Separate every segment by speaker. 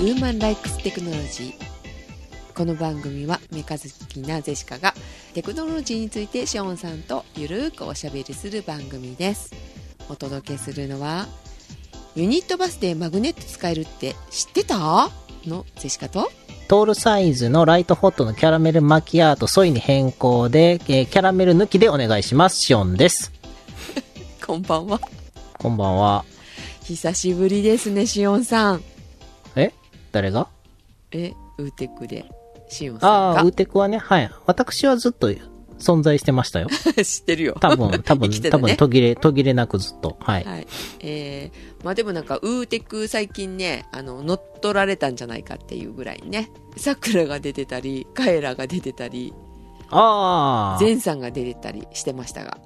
Speaker 1: ウーマンライクステクノロジーこの番組はメカ好きなゼシカがテクノロジーについてシオンさんとゆるーくおしゃべりする番組ですお届けするのはユニットバスでマグネット使えるって知ってたのゼシカと
Speaker 2: トールサイズのライトホットのキャラメルマキアートソイに変更で、えーキャラメル抜きでお願いします。シオンです。
Speaker 1: こんばんは
Speaker 2: こんばんは。
Speaker 1: 久しぶりですねシオンさん
Speaker 2: え誰が
Speaker 1: えウーテクでシオンさん
Speaker 2: ああ、ウー
Speaker 1: が
Speaker 2: テクはね、はい。私はずっと存在してましたよ。
Speaker 1: 知ってるよ
Speaker 2: 多分、多 分、
Speaker 1: 生きてた
Speaker 2: 多
Speaker 1: ね
Speaker 2: 分途切れ、途切れなくずっと。はい。
Speaker 1: はい。えー、まあでもなんか、ウーテク最近ね、あの、乗っ取られたんじゃないかっていうぐらいね、さくらが出てたり、カエラが出てたり、
Speaker 2: ああ、
Speaker 1: ゼンさんが出てたりしてましたが。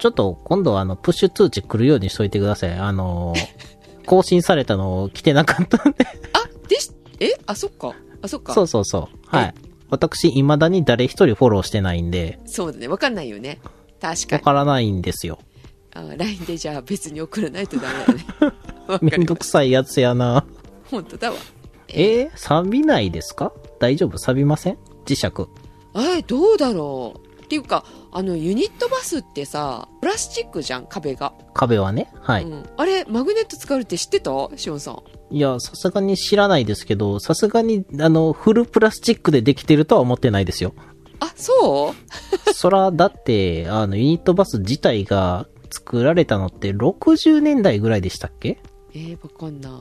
Speaker 2: ちょっと今度あの、プッシュ通知来るようにしといてください。あのー更新されたの来てなかったんで。
Speaker 1: あ、でし、えあ、そっか。あ、そっか。
Speaker 2: そ
Speaker 1: そう
Speaker 2: うそうそう。はい。私、未だに誰一人フォローしてないんで、
Speaker 1: だね。わかんないよね。確か
Speaker 2: わ
Speaker 1: に。
Speaker 2: からないんですよ。
Speaker 1: あ LINE でじゃあ別に送らないとダメだ ね。わか
Speaker 2: めん
Speaker 1: り
Speaker 2: ど
Speaker 1: ま
Speaker 2: く
Speaker 1: す。
Speaker 2: さいやつやな。
Speaker 1: 本当だわ。
Speaker 2: えー、錆びないですか大丈夫錆びません磁石。
Speaker 1: え、どうだろう。っていうか、あの、ユニットバスってさ、プラスチックじゃん、壁が。
Speaker 2: 壁はね。はい。
Speaker 1: うん。あれ、マグネット使うって知ってたしおんさん。
Speaker 2: いや、さすがに知らないですけど、さすがに、あの、フルプラスチックでできてるとは思ってないですよ。
Speaker 1: あ、そう
Speaker 2: そら、だって、あの、ユニットバス自体が作られたのって60年代ぐらいでしたっけ
Speaker 1: えー、わかんない。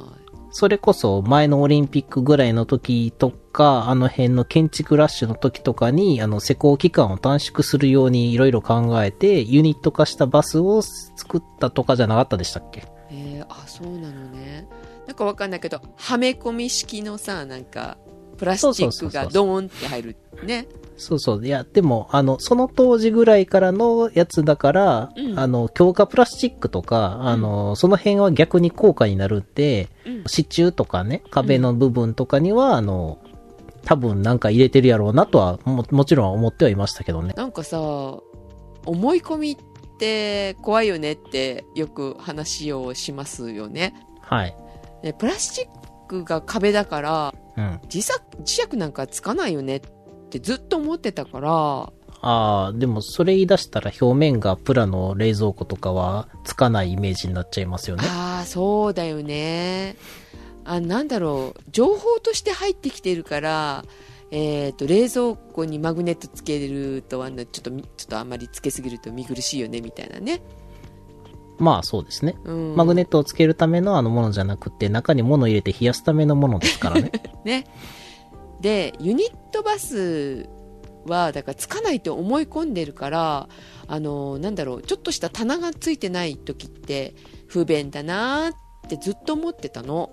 Speaker 2: それこそ前のオリンピックぐらいの時とか、あの辺の建築ラッシュの時とかに、あの施工期間を短縮するようにいろいろ考えて、ユニット化したバスを作ったとかじゃなかったでしたっけ
Speaker 1: えー、あ、そうなのね。なんかわかんないけど、はめ込み式のさ、なんか、プラスチ
Speaker 2: そう
Speaker 1: ッ
Speaker 2: そう
Speaker 1: ク
Speaker 2: そ
Speaker 1: が
Speaker 2: うそう
Speaker 1: ドーンって入る。ね。
Speaker 2: そうそう。いや、でも、あの、その当時ぐらいからのやつだから、
Speaker 1: うん
Speaker 2: あの、強化プラスチックとか、あの、その辺は逆に高価になるんで、
Speaker 1: うん
Speaker 2: 支柱とかね、壁の部分とかには、あの、多分なんか入れてるやろうなとはも、もちろん思ってはいましたけどね。
Speaker 1: なんかさ、思い込みって怖いよねってよく話をしますよね。
Speaker 2: はい。
Speaker 1: ねプラスチックが壁だから、
Speaker 2: うん。
Speaker 1: 磁石、磁石なんかつかないよねってずっと思ってたから、
Speaker 2: ああ、でもそれ言い出したら表面がプラの冷蔵庫とかはつかないイメージになっちゃいますよね。
Speaker 1: ああそうだよねあなんだろう情報として入ってきてるからえっ、と冷蔵庫にマグネットつけるとあのちょっとみちょっとあんまりつけすぎると見苦しいよねみたいなね、
Speaker 2: まあそうですね。
Speaker 1: うん、
Speaker 2: マグネットをつけるためのあのものじゃなくて、中に物を入れて冷やすためのものですから ね。
Speaker 1: ねでユニットバスはだからつかないと思い込んでるからあのなんだろうちょっとした棚がついてない時って不便だなーってずっと思ってたの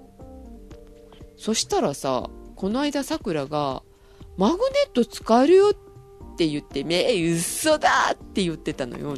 Speaker 1: そしたらさこの間さくらが「マグネット使えるよ」って言って「めえ嘘だ!」って言ってたのよ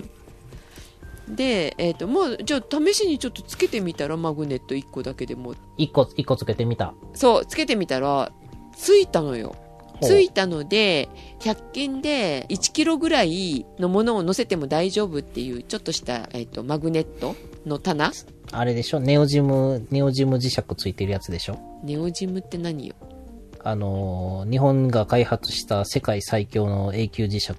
Speaker 1: で、えっともうじゃあ試しにちょっとつけてみたらマグネット1個だけでも
Speaker 2: 一個、一個つけてみた。
Speaker 1: そう、つけてみたら、ついたのよ。
Speaker 2: ほう
Speaker 1: ついたので、100均で1キロぐらいのものを乗せても大丈夫っていう、ちょっとした、えっ、と、マグネットの棚
Speaker 2: あれでしょネオジム、ネオジム磁石ついてるやつでしょ
Speaker 1: ネオジムって何よ
Speaker 2: あのー日本が開発した世界最強の永久磁石。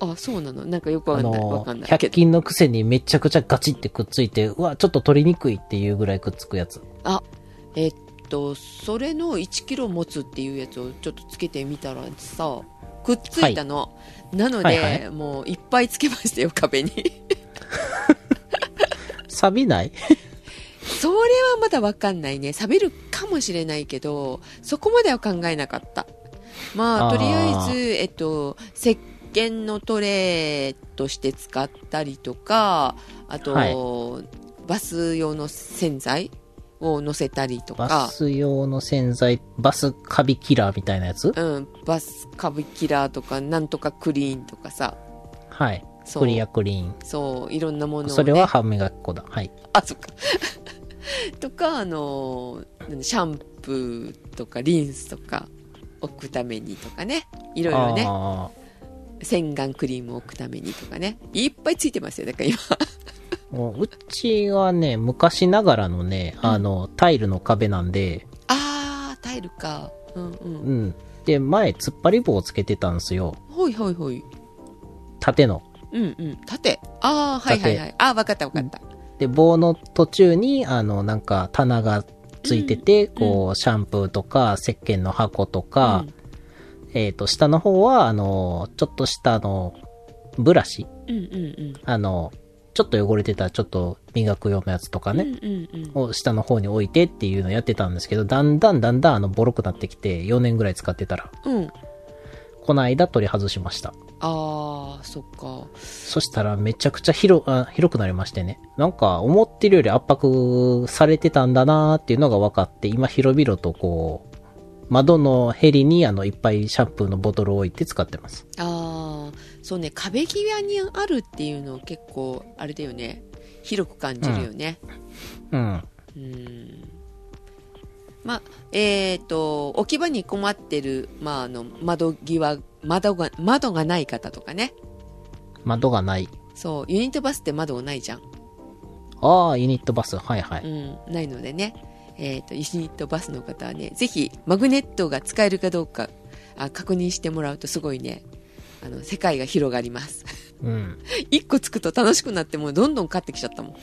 Speaker 1: あ、そうなのなんかよくわか
Speaker 2: あ
Speaker 1: んない。わ、
Speaker 2: の
Speaker 1: かん
Speaker 2: ー、
Speaker 1: ないけど。
Speaker 2: 100均のくせにめちゃくちゃガチってくっついて、うわ、ちょっと取りにくいっていうぐらいくっつくやつ。
Speaker 1: えっと、それの1キロ持つっていうやつをちょっとつけてみたらさ、くっついたの。なので、
Speaker 2: はいは
Speaker 1: もういっぱいつけましたよ、壁に。
Speaker 2: 錆びない
Speaker 1: それはまだわかんないね。錆びるかもしれないけど、そこまでは考えなかった。まあ、
Speaker 2: あー
Speaker 1: とりあえず、えっと、石鹸のトレーとして使ったりとか、あと、
Speaker 2: はい
Speaker 1: バス用の洗剤を乗せたりと
Speaker 2: バ
Speaker 1: か、
Speaker 2: ス用の洗剤、バスカビキラーみたいなやつ
Speaker 1: うん、バスカビキラーとか、なんとかクリーンとかさ、
Speaker 2: はい。
Speaker 1: そう
Speaker 2: クリアクリーン。
Speaker 1: そう、いろんなものを、ね。
Speaker 2: それは歯磨き粉だ。はい。
Speaker 1: あ、そっか。とか、あのー、何シャンプーとかリンスとか置くためにとかね。いろいろね。
Speaker 2: あ
Speaker 1: 洗顔クリームを置くためにとかね。いっぱいついてますよ。だから今。
Speaker 2: ーもううちはね、昔ながらのね、あの、タイルの壁なんで、
Speaker 1: あー、タイルか。うんうん。
Speaker 2: うん。で、前、突っ張り棒をつけてたんですよ。
Speaker 1: ほいほいほい。
Speaker 2: 縦の。
Speaker 1: うんうん。縦。ああ、はいはいはい。ああ、わかったわかった。
Speaker 2: で、棒の途中に、あの、なんか、棚がついてて、こう、シャンプーとか、石鹸の箱とか、えっ、と、下の方は、あの、ちょっとした、あの、ブラシ
Speaker 1: うんうん
Speaker 2: あの、ちょっと汚れてたらちょっと磨くようなやつとか
Speaker 1: うん。
Speaker 2: ね、
Speaker 1: うんうんうん。
Speaker 2: を下の方に置いてっていうのやってたんですけど、だんだんだんだんあの、ボロくなってきて、4年ぐらい使ってたら、
Speaker 1: うん。
Speaker 2: この間取り外しました。
Speaker 1: ああ、そっか。
Speaker 2: そしたらめちゃくちゃ広、あ広くなりましてね。なんか思ってるより圧迫されてたんだなーっていうのが分かって、今広々とこう、窓のヘリにあのいっぱいシャンプーのボトルを置いて使ってます。
Speaker 1: ああ、そうね。壁際にあるっていうの結構、あれだよね。広く感じるよね。
Speaker 2: うん。
Speaker 1: うん。まあ、えっ、と、置き場に困ってる、まあ、あの、窓際、窓が、窓がない方とかね。
Speaker 2: 窓がない。
Speaker 1: そう、ユニットバスって窓がないじゃん。
Speaker 2: ああ、ユニットバス。はいは
Speaker 1: う
Speaker 2: い。
Speaker 1: ん、ないのでね、えっ、と、ユニットバスの方はね、ぜひ、マグネットが使えるかどうか、あ確認してもらうとすごいね、あの、世界が広がります。
Speaker 2: うん。
Speaker 1: 一個つくと楽しくなって、もうどんどん買ってきちゃったも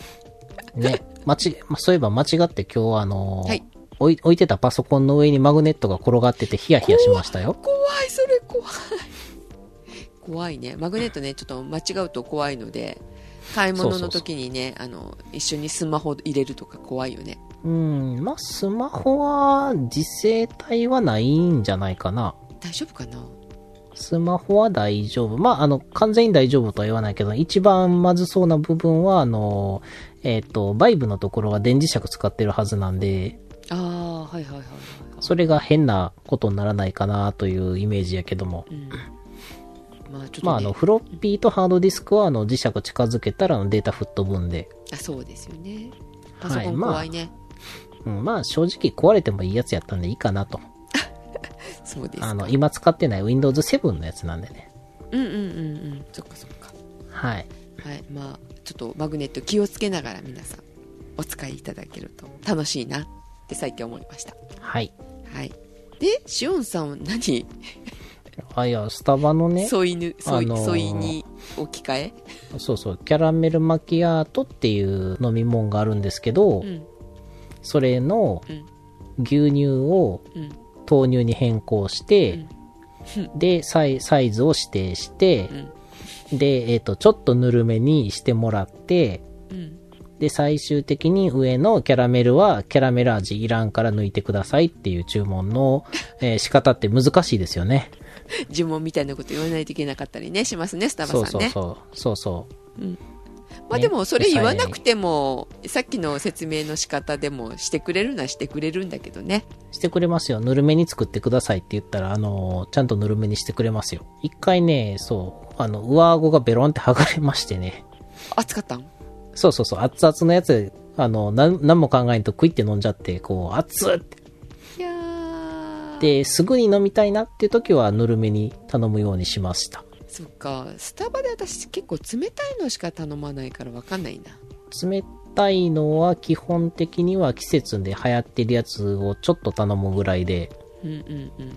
Speaker 1: ん。
Speaker 2: ね。間違、まそういえば間違って今日あのー
Speaker 1: はい
Speaker 2: 置い、置いてたパソコンの上にマグネットが転がっててヒヤヒヤしましたよ。
Speaker 1: 怖い、それ怖い。怖いね。マグネットね、ちょっと間違うと怖いので、買い物の時にね、あの、一緒にスマホ入れるとか怖いよね。
Speaker 2: うん。まあ、スマホは、時制帯はないんじゃないかな。
Speaker 1: 大丈夫かな
Speaker 2: スマホは大丈夫。まあ、あの、完全に大丈夫とは言わないけど、一番まずそうな部分は、あの、えっ、と、バイブのところは電磁石使ってるはずなんで、
Speaker 1: ああー、はいはいはいはいはい。
Speaker 2: それが変なことにならないかなというイメージやけども。
Speaker 1: うん。まあ、ちょっと、ね、
Speaker 2: まあ、あの、フロッピーとハードディスクは、あの、磁石近づけたらあのデータ吹っ飛ぶんで、
Speaker 1: あそうですよね
Speaker 2: は
Speaker 1: パ
Speaker 2: い
Speaker 1: ソコン怖いね、
Speaker 2: うん、まあ、正直壊れてもいいやつやったんでいいかなと。
Speaker 1: そうです
Speaker 2: あ
Speaker 1: か
Speaker 2: の、今使ってない Windows 7のやつなんでね。
Speaker 1: うんうんうんうんそっかそっか
Speaker 2: はい。
Speaker 1: はいまあちょっとマグネット気をつけながら皆さんお使いいただけると楽しいなって最近思いました
Speaker 2: はい。
Speaker 1: はいでしおんさんは何
Speaker 2: あ、いや、スタバのね、
Speaker 1: 添いぬ添い、
Speaker 2: あのー
Speaker 1: 添いに置き換え
Speaker 2: そうそう、キャラメルマキアートっていう飲み物があるんですけど、
Speaker 1: うん
Speaker 2: それの
Speaker 1: うん
Speaker 2: 牛乳を
Speaker 1: うん
Speaker 2: 豆乳に変更して、 でサイ、サイズを指定して
Speaker 1: う、ん
Speaker 2: で、えっ、と、ちょっとぬるめにしてもらって、
Speaker 1: うん
Speaker 2: で、最終的に上のキャラメルは、キャラメル味いらんから抜いてくださいっていう注文の、えー仕方って難しいですよね。
Speaker 1: 呪文みたいなこと言わないといけなかったりねしますねスタ
Speaker 2: そ
Speaker 1: バ
Speaker 2: う
Speaker 1: さ
Speaker 2: そ
Speaker 1: ん
Speaker 2: う
Speaker 1: ね
Speaker 2: そう。そうそう。
Speaker 1: まあ
Speaker 2: ね
Speaker 1: でもそれ言わなくてもさっきの説明の仕方でもしてくれるのはしてくれるんだけどね
Speaker 2: してくれますよ。ぬるめに作ってくださいって言ったら、あのー、ちゃんとぬるめにしてくれますよ。一回ね、そう、あの、上顎がベロンって剥がれましてね。
Speaker 1: 暑かったん
Speaker 2: そうそうそう、熱々のやつ、あの、なん、なんも考えんとクイって飲んじゃって、こう、熱っって。
Speaker 1: いやー
Speaker 2: で、すぐに飲みたいなっていう時は、ぬるめに頼むようにしました。
Speaker 1: そっかスタバで私結構冷たいのしか頼まないから分かんないな
Speaker 2: 冷たいのは基本的には季節で流行ってるやつをちょっと頼むぐらいで、
Speaker 1: うんうんうん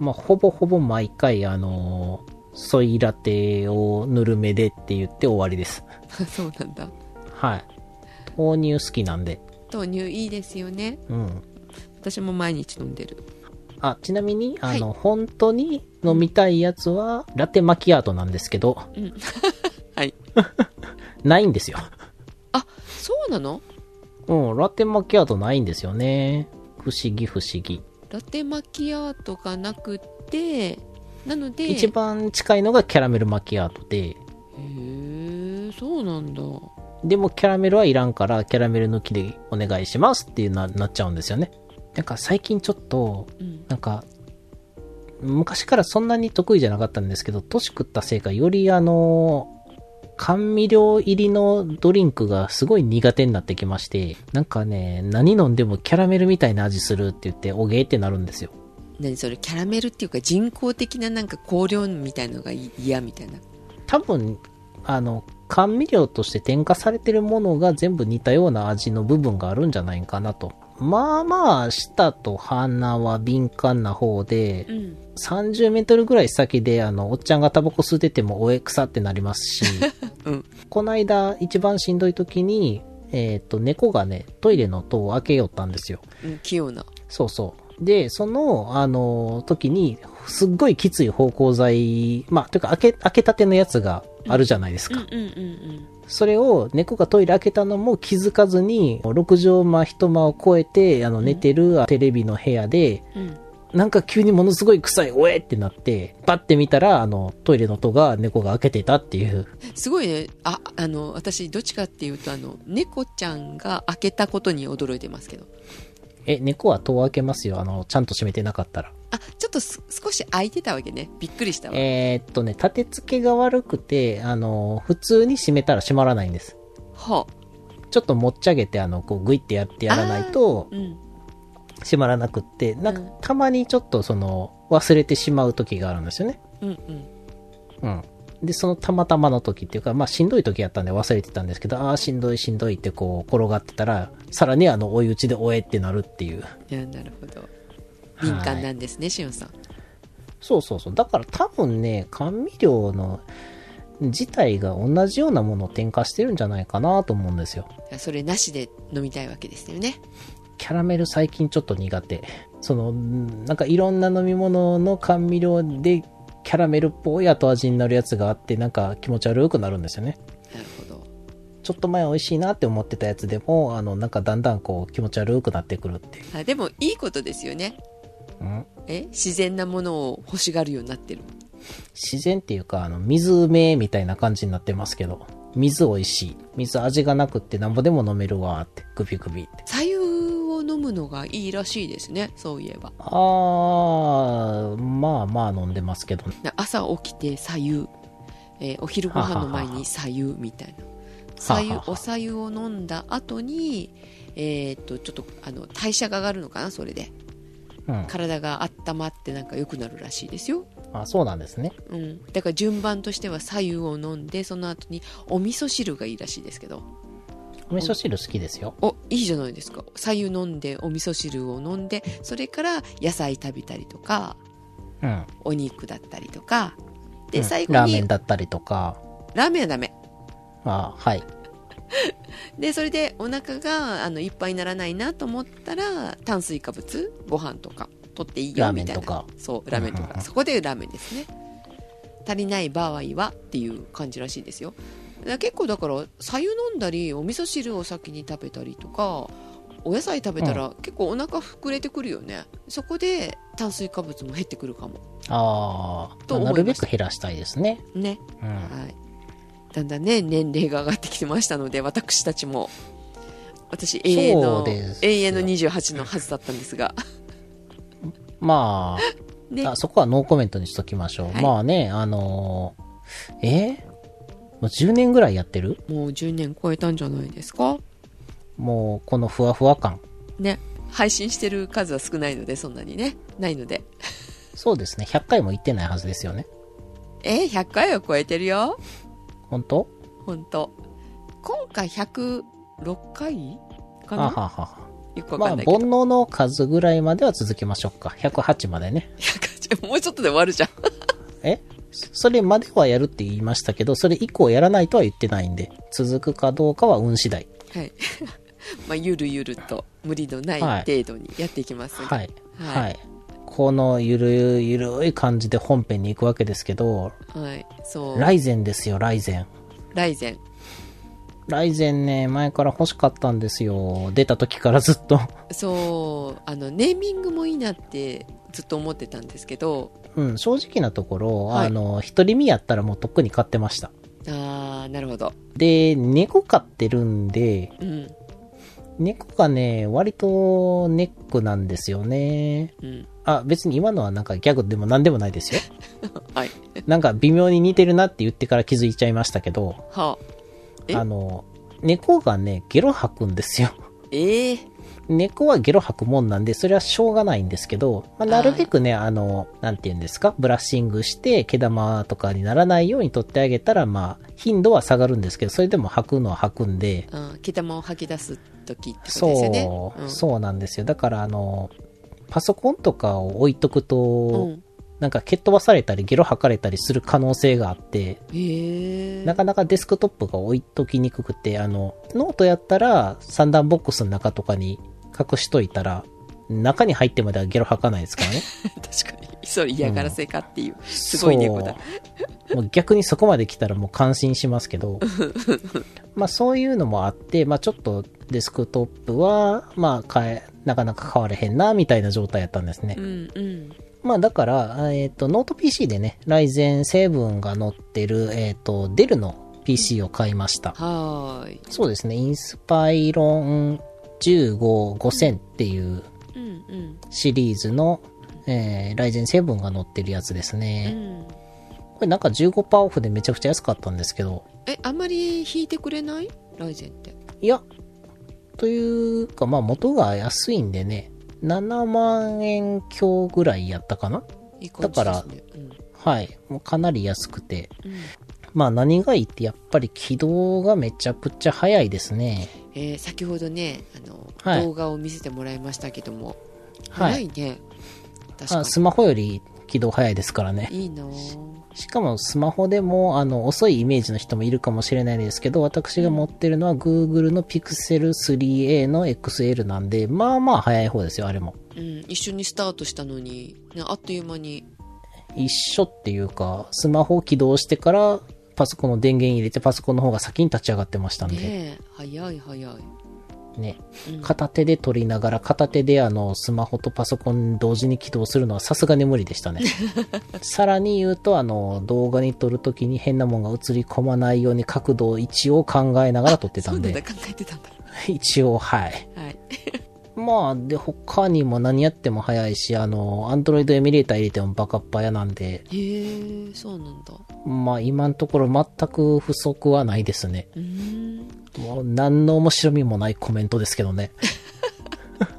Speaker 2: まあ、ほぼほぼ毎回、あのー、ソイラテをぬるめでって言って終わりです。
Speaker 1: あ そうなんだ
Speaker 2: はい。豆乳好きなんで。
Speaker 1: 豆乳いいですよね
Speaker 2: うん。
Speaker 1: 私も毎日飲んでる
Speaker 2: あ、ちなみに、あの、本当に飲みたいやつは、ラテマキアートなんですけど、
Speaker 1: はい
Speaker 2: ないんですよ。
Speaker 1: あそうなの
Speaker 2: うん、ラテマキアートないんですよね。不思議不思議。
Speaker 1: ラテマキアートがなくってなので
Speaker 2: 一番近いのがキャラメルマキアートで、
Speaker 1: へえそうなんだ
Speaker 2: でもキャラメルはいらんから、キャラメル抜きでお願いしますっていうな、なっちゃうんですよね。なんか最近ちょっと、
Speaker 1: うん
Speaker 2: なんか、昔からそんなに得意じゃなかったんですけど、年食ったせいか、よりあの、甘味料入りのドリンクがすごい苦手になってきまして、なんかね、何飲んでもキャラメルみたいな味するって言って、おげーってなるんですよ。
Speaker 1: 何それキャラメルっていうか人工的ななんか香料みたいのがい嫌みたいな
Speaker 2: 多分、あの、甘味料として添加されてるものが全部似たような味の部分があるんじゃないかなと。まあまあ、舌と鼻は敏感な方で、
Speaker 1: うん。
Speaker 2: 30メートルぐらい先で、あの、おっちゃんがタバコ吸ってても、おえ、草ってなりますし、
Speaker 1: うん
Speaker 2: この間、一番しんどい時に、えっ、と、猫がね、トイレの戸を開けよったんですよ。
Speaker 1: うん。器用な。
Speaker 2: そうそう。で、その、あの、時に、すっごいきつい芳香剤、まあ、というか、開け、開けたてのやつがあるじゃないです
Speaker 1: う
Speaker 2: か。
Speaker 1: んうんうん
Speaker 2: それを猫がトイレ開けたのも気づかずに、6畳間1間を超えて、あの、寝てるテレビの部屋で、
Speaker 1: うん。うん。
Speaker 2: なんか急にものすごい臭い、おえってなって、パッて見たら、あの、トイレの戸が猫が開けてたっていう。
Speaker 1: すごいね。あ、あの、私、どっちかっていうと、あの、猫ちゃんが開けたことに驚いてますけど。
Speaker 2: え、猫は戸を開けますよ。あの、ちゃんと閉めてなかったら。
Speaker 1: あ、ちょっとす少し開いてたわけね。びっくりしたわ。
Speaker 2: えーっとね、立て付けが悪くて、あの、普通に閉めたら閉まらないんです。
Speaker 1: はあ。
Speaker 2: ちょっと持っち上げて、あの、こう、グイってやってやらないと、
Speaker 1: うん。
Speaker 2: 閉まらなくって、なんか
Speaker 1: うん、
Speaker 2: たまにちょっとその、忘れてしまう時があるんですよね。
Speaker 1: うんうん。
Speaker 2: うん。で、そのたまたまの時っていうか、まあしんどい時やったんで忘れてたんですけど、ああ、しんどいしんどいってこう転がってたら、さらにあの追い打ちで追えってなるっていう。
Speaker 1: いや、なるほど。敏感
Speaker 2: はい
Speaker 1: なんですね、しおんさん。
Speaker 2: そうそうそう。だから多分ね、甘味料の自体が同じようなものを添加してるんじゃないかなと思うんですよ。
Speaker 1: それなしで飲みたいわけですよね。
Speaker 2: キャラメル最近ちょっと苦手。その、うんなんかいろんな飲み物の甘味料でキャラメルっぽい後味になるやつがあって、なんか気持ち悪くなるんですよね。
Speaker 1: なるほど。
Speaker 2: ちょっと前美味しいなって思ってたやつでも、あの、なんかだんだんこう気持ち悪くなってくるっていう。
Speaker 1: あでも、いいことですよね。
Speaker 2: うん
Speaker 1: え自然なものを欲しがるようになってる。
Speaker 2: 自然っていうか、あの、水うめえみたいな感じになってますけど、水美味しい。水味がなくってなんぼでも飲めるわーって、グビグビって。
Speaker 1: 左右を飲むのがいいらしいですね。そういえば。
Speaker 2: あー、まあまあ飲んでますけど、
Speaker 1: な朝起きて左右、えーお昼ご飯の前に左右みたいな左右
Speaker 2: ははは
Speaker 1: お左右を飲んだ後にえーっとちょっとあの代謝が上がるのかなそれで
Speaker 2: うん。
Speaker 1: 体が温まってなんか良くなるらしいですよ、
Speaker 2: あ、そうなんですね。
Speaker 1: うん、だから順番としては左右を飲んでその後にお味噌汁がいいらしいですけど
Speaker 2: お味噌汁好きですよ。
Speaker 1: おいいじゃないですか左右飲んでお味噌汁を飲んでそれから野菜食べたりとか
Speaker 2: うん。
Speaker 1: お肉だったりとか
Speaker 2: う
Speaker 1: で
Speaker 2: ん
Speaker 1: 最後に、
Speaker 2: ラーメンだったりとか、
Speaker 1: ラーメンはダメ
Speaker 2: あはい。
Speaker 1: でそれでお腹があのいっぱいにならないなと思ったら炭水化物ご飯とか取っていいよ
Speaker 2: ラーメ
Speaker 1: み
Speaker 2: ン
Speaker 1: たい
Speaker 2: と
Speaker 1: な
Speaker 2: か。
Speaker 1: そうラーメンとか、
Speaker 2: うんうんうん
Speaker 1: そこでラーメンですね足りない場合はっていう感じらしいですよだから結構だから白湯飲んだりお味噌汁を先に食べたりとかお野菜食べたら結構お腹膨れてくるよね、そこで炭水化物も減ってくるかも
Speaker 2: あー、
Speaker 1: と思いま
Speaker 2: な
Speaker 1: した
Speaker 2: るべく減らしたいですね。
Speaker 1: ね、
Speaker 2: うん。
Speaker 1: はいだんだんね年齢が上がってきてましたので私たちも私永遠
Speaker 2: そう
Speaker 1: の
Speaker 2: ですよ
Speaker 1: 永遠の28のはずだったんですが
Speaker 2: まあ、
Speaker 1: ね
Speaker 2: あそこはノーコメントにしときましょう。
Speaker 1: はい
Speaker 2: まあね、あのーえーもう10年ぐらいやってる
Speaker 1: もう10年超えたんじゃないですか
Speaker 2: もうこのふわふわ感。
Speaker 1: ね配信してる数は少ないのでそんなにねないので
Speaker 2: そうですね、100回も行ってないはずですよね。
Speaker 1: えー、100回を超えてるよ
Speaker 2: 本当
Speaker 1: 本当今回106回か
Speaker 2: あは
Speaker 1: な
Speaker 2: はは。
Speaker 1: よくわ
Speaker 2: まあ、
Speaker 1: かん
Speaker 2: 煩
Speaker 1: ないけど、
Speaker 2: 悩の数ぐらいまでは続けましょうか。108までね。
Speaker 1: 100もうちょっとで終わるじゃん
Speaker 2: えそれまではやるって言いましたけど、それ以降やらないとは言ってないんで、続くかどうかは運次第。
Speaker 1: はい まあゆるゆると無理のない
Speaker 2: はい
Speaker 1: 程度にやっていきますが
Speaker 2: はい。
Speaker 1: はい
Speaker 2: はい。このゆるゆるい感じで本編に行くわけですけど、
Speaker 1: はい、そう
Speaker 2: ライゼンですよ、ライゼン。
Speaker 1: ライゼン
Speaker 2: ライゼンね、前から欲しかったんですよ。出た時からずっと。
Speaker 1: そうあのネーミングもいいなってずっと思ってたんですけど
Speaker 2: うん、正直なところ、
Speaker 1: はい
Speaker 2: あの、一人身やったらもうとっくに買ってました。
Speaker 1: あーなるほど
Speaker 2: で、猫飼ってるんで、
Speaker 1: うん
Speaker 2: 猫がね、割とネックなんですよね。
Speaker 1: うん
Speaker 2: あ、別に今のはなんかギャグでも何でもないで すよ。
Speaker 1: はい
Speaker 2: なんか微妙に似てるなって言ってから気づいちゃいましたけど、
Speaker 1: はあえ
Speaker 2: あの、猫がね、ゲロ吐くんですよ。
Speaker 1: ええ
Speaker 2: 猫はゲロ吐くもんなんで、それはしょうがないんですけど、まあ、なるべくね、あの、なんて言うんですか、ブラッシングして、毛玉とかにならないように取ってあげたら、まあ、頻度は下がるんですけど、それでも吐くのは吐くんで、
Speaker 1: うん、毛玉を吐き出す時ってこと
Speaker 2: そう
Speaker 1: ですよね。ん、
Speaker 2: そうなんですよ。だから、あの、パソコンとかを置いとくと、
Speaker 1: うん。
Speaker 2: なんか蹴っ飛ばされたり、ゲロ吐かれたりする可能性があって、
Speaker 1: ええ
Speaker 2: なかなかデスクトップが置いときにくくて、あの、ノートやったら三段ボックスの中とかに隠しといたら、中に入ってまではゲロ吐かないですからね。
Speaker 1: 確かに。そう、嫌がらせかっていう。 すごい猫だ。
Speaker 2: そう。もう逆にそこまで来たらもう感心します けど、まあそういうのもあって、まあちょっとデスクトップは、まあ変え、なかなか変われへんな、みたいな状態やったんですね。
Speaker 1: うんうん。
Speaker 2: まあだから、えっ、と、ノート PC でね、ライゼン7が載ってる、えっ、と、デルの PC を買いました。
Speaker 1: はーい。
Speaker 2: そうですね、インスパイロン155000っていう
Speaker 1: うんうん。
Speaker 2: シリーズの、えー、ライゼン7が載ってるやつです
Speaker 1: う
Speaker 2: ね。
Speaker 1: ん、
Speaker 2: これなんか15%オフでめちゃくちゃ安かったんですけど、
Speaker 1: え、あんまり引いてくれないライゼンって。
Speaker 2: いや、というか、まあ元が安いんでね、7万円強ぐらいやったかない
Speaker 1: い感じですね。うん
Speaker 2: はい。もうかなり安くて。
Speaker 1: うん
Speaker 2: まあ何がいいってやっぱり起動がめちゃくちゃ早いですね。
Speaker 1: えー先ほどねあの、
Speaker 2: はい
Speaker 1: 動画を見せてもらいましたけども
Speaker 2: はい
Speaker 1: 早いね確か
Speaker 2: あスマホより起動早いですからね。
Speaker 1: にいいなぁ
Speaker 2: しかもスマホでもあの遅いイメージの人もいるかもしれないですけど、私が持ってるのは Google の Pixel 3a の XL なんで、まあまあ早い方ですよ、あれも。
Speaker 1: うん、一緒にスタートしたのに、ね、あっという間に
Speaker 2: 一緒っていうか、スマホを起動してから、パソコンの電源入れてパソコンの方が先に立ち上がってましたんで、ね。
Speaker 1: ねえ早い早い、うん
Speaker 2: 片手で取りながら、片手であの、スマホとパソコン同時に起動するのはさすがに無理でしたね。さらに言うと、あの、動画に撮るときに変なもんが映り込まないように角度を一応考えながら撮ってたん
Speaker 1: そうな
Speaker 2: で
Speaker 1: ん、だ考えてたんだ
Speaker 2: 一応はい。
Speaker 1: はい
Speaker 2: まあ、で、他にも何やっても早いし、あの、Android エミュレーター入れてもバカっぱやなんで、
Speaker 1: へえそうなんだ
Speaker 2: まあ今のところ全く不足はないですね。
Speaker 1: うーん
Speaker 2: もう何の面白みもないコメントですけどね。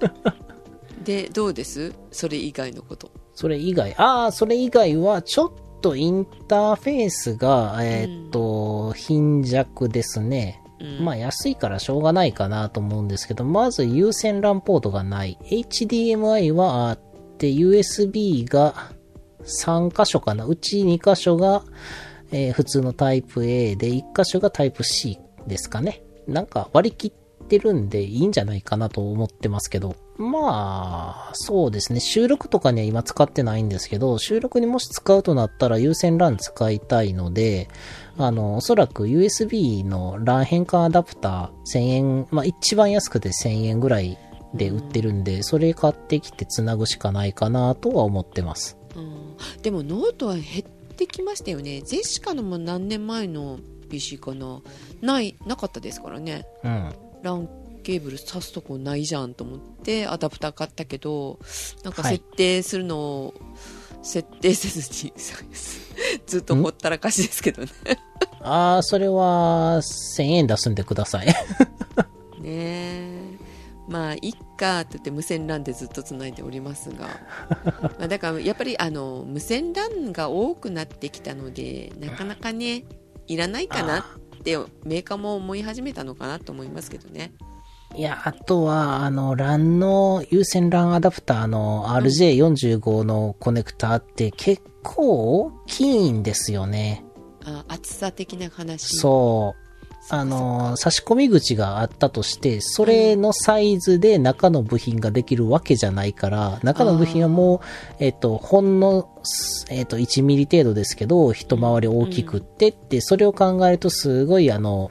Speaker 1: でどうですそれ以外のこと
Speaker 2: それ以外、ああ、それ以外はちょっとインターフェースが、えーっと、貧弱ですね。
Speaker 1: うん
Speaker 2: まあ安いからしょうがないかなと思うんですけど、まず有線 LAN ポートがない。HDMI はあって、USB が3箇所かな。うち2箇所が、えー普通のタイプ A で、1箇所がタイプ C ですかね。なんか割り切ってるんでいいんじゃないかなと思ってますけど。まあ、そうですね。収録とかには今使ってないんですけど、収録にもし使うとなったら有線 LAN 使いたいので、あの、おそらく USB の LAN 変換アダプター1000円、まあ一番安くて1000円ぐらいで売ってるんで、それ買ってきて繋ぐしかないかなとは思ってます。
Speaker 1: うんでもノートは減ってきましたよねゼシカのも何年前の PC かなないなかったですからね
Speaker 2: うん。
Speaker 1: ランケーブル挿すとこないじゃんと思ってアダプター買ったけどなんか
Speaker 2: はい
Speaker 1: 設定するのを設定せずに ずっとほったらかしですけどね
Speaker 2: ああ、それは1000円出すんでください。
Speaker 1: ねえまあいっかって言って無線 LAN でずっとつないでおります がまあだからやっぱりあの無線 LAN が多くなってきたのでなかなかねいらないかなってメーカーも思い始めたのかなと思いますけどね
Speaker 2: いや、あとは、あの、LAN の、有線 LAN アダプターの RJ45 のコネクタって結構大きいんですよね。
Speaker 1: あ厚さ的な話
Speaker 2: そう。あの、差し込み口があったとして、それのサイズで中の部品ができるわけじゃないから、中の部品はもう、えっと、ほんの、えっと、1ミリ程度ですけど、一回り大きくってって、それを考えるとすごい、あの、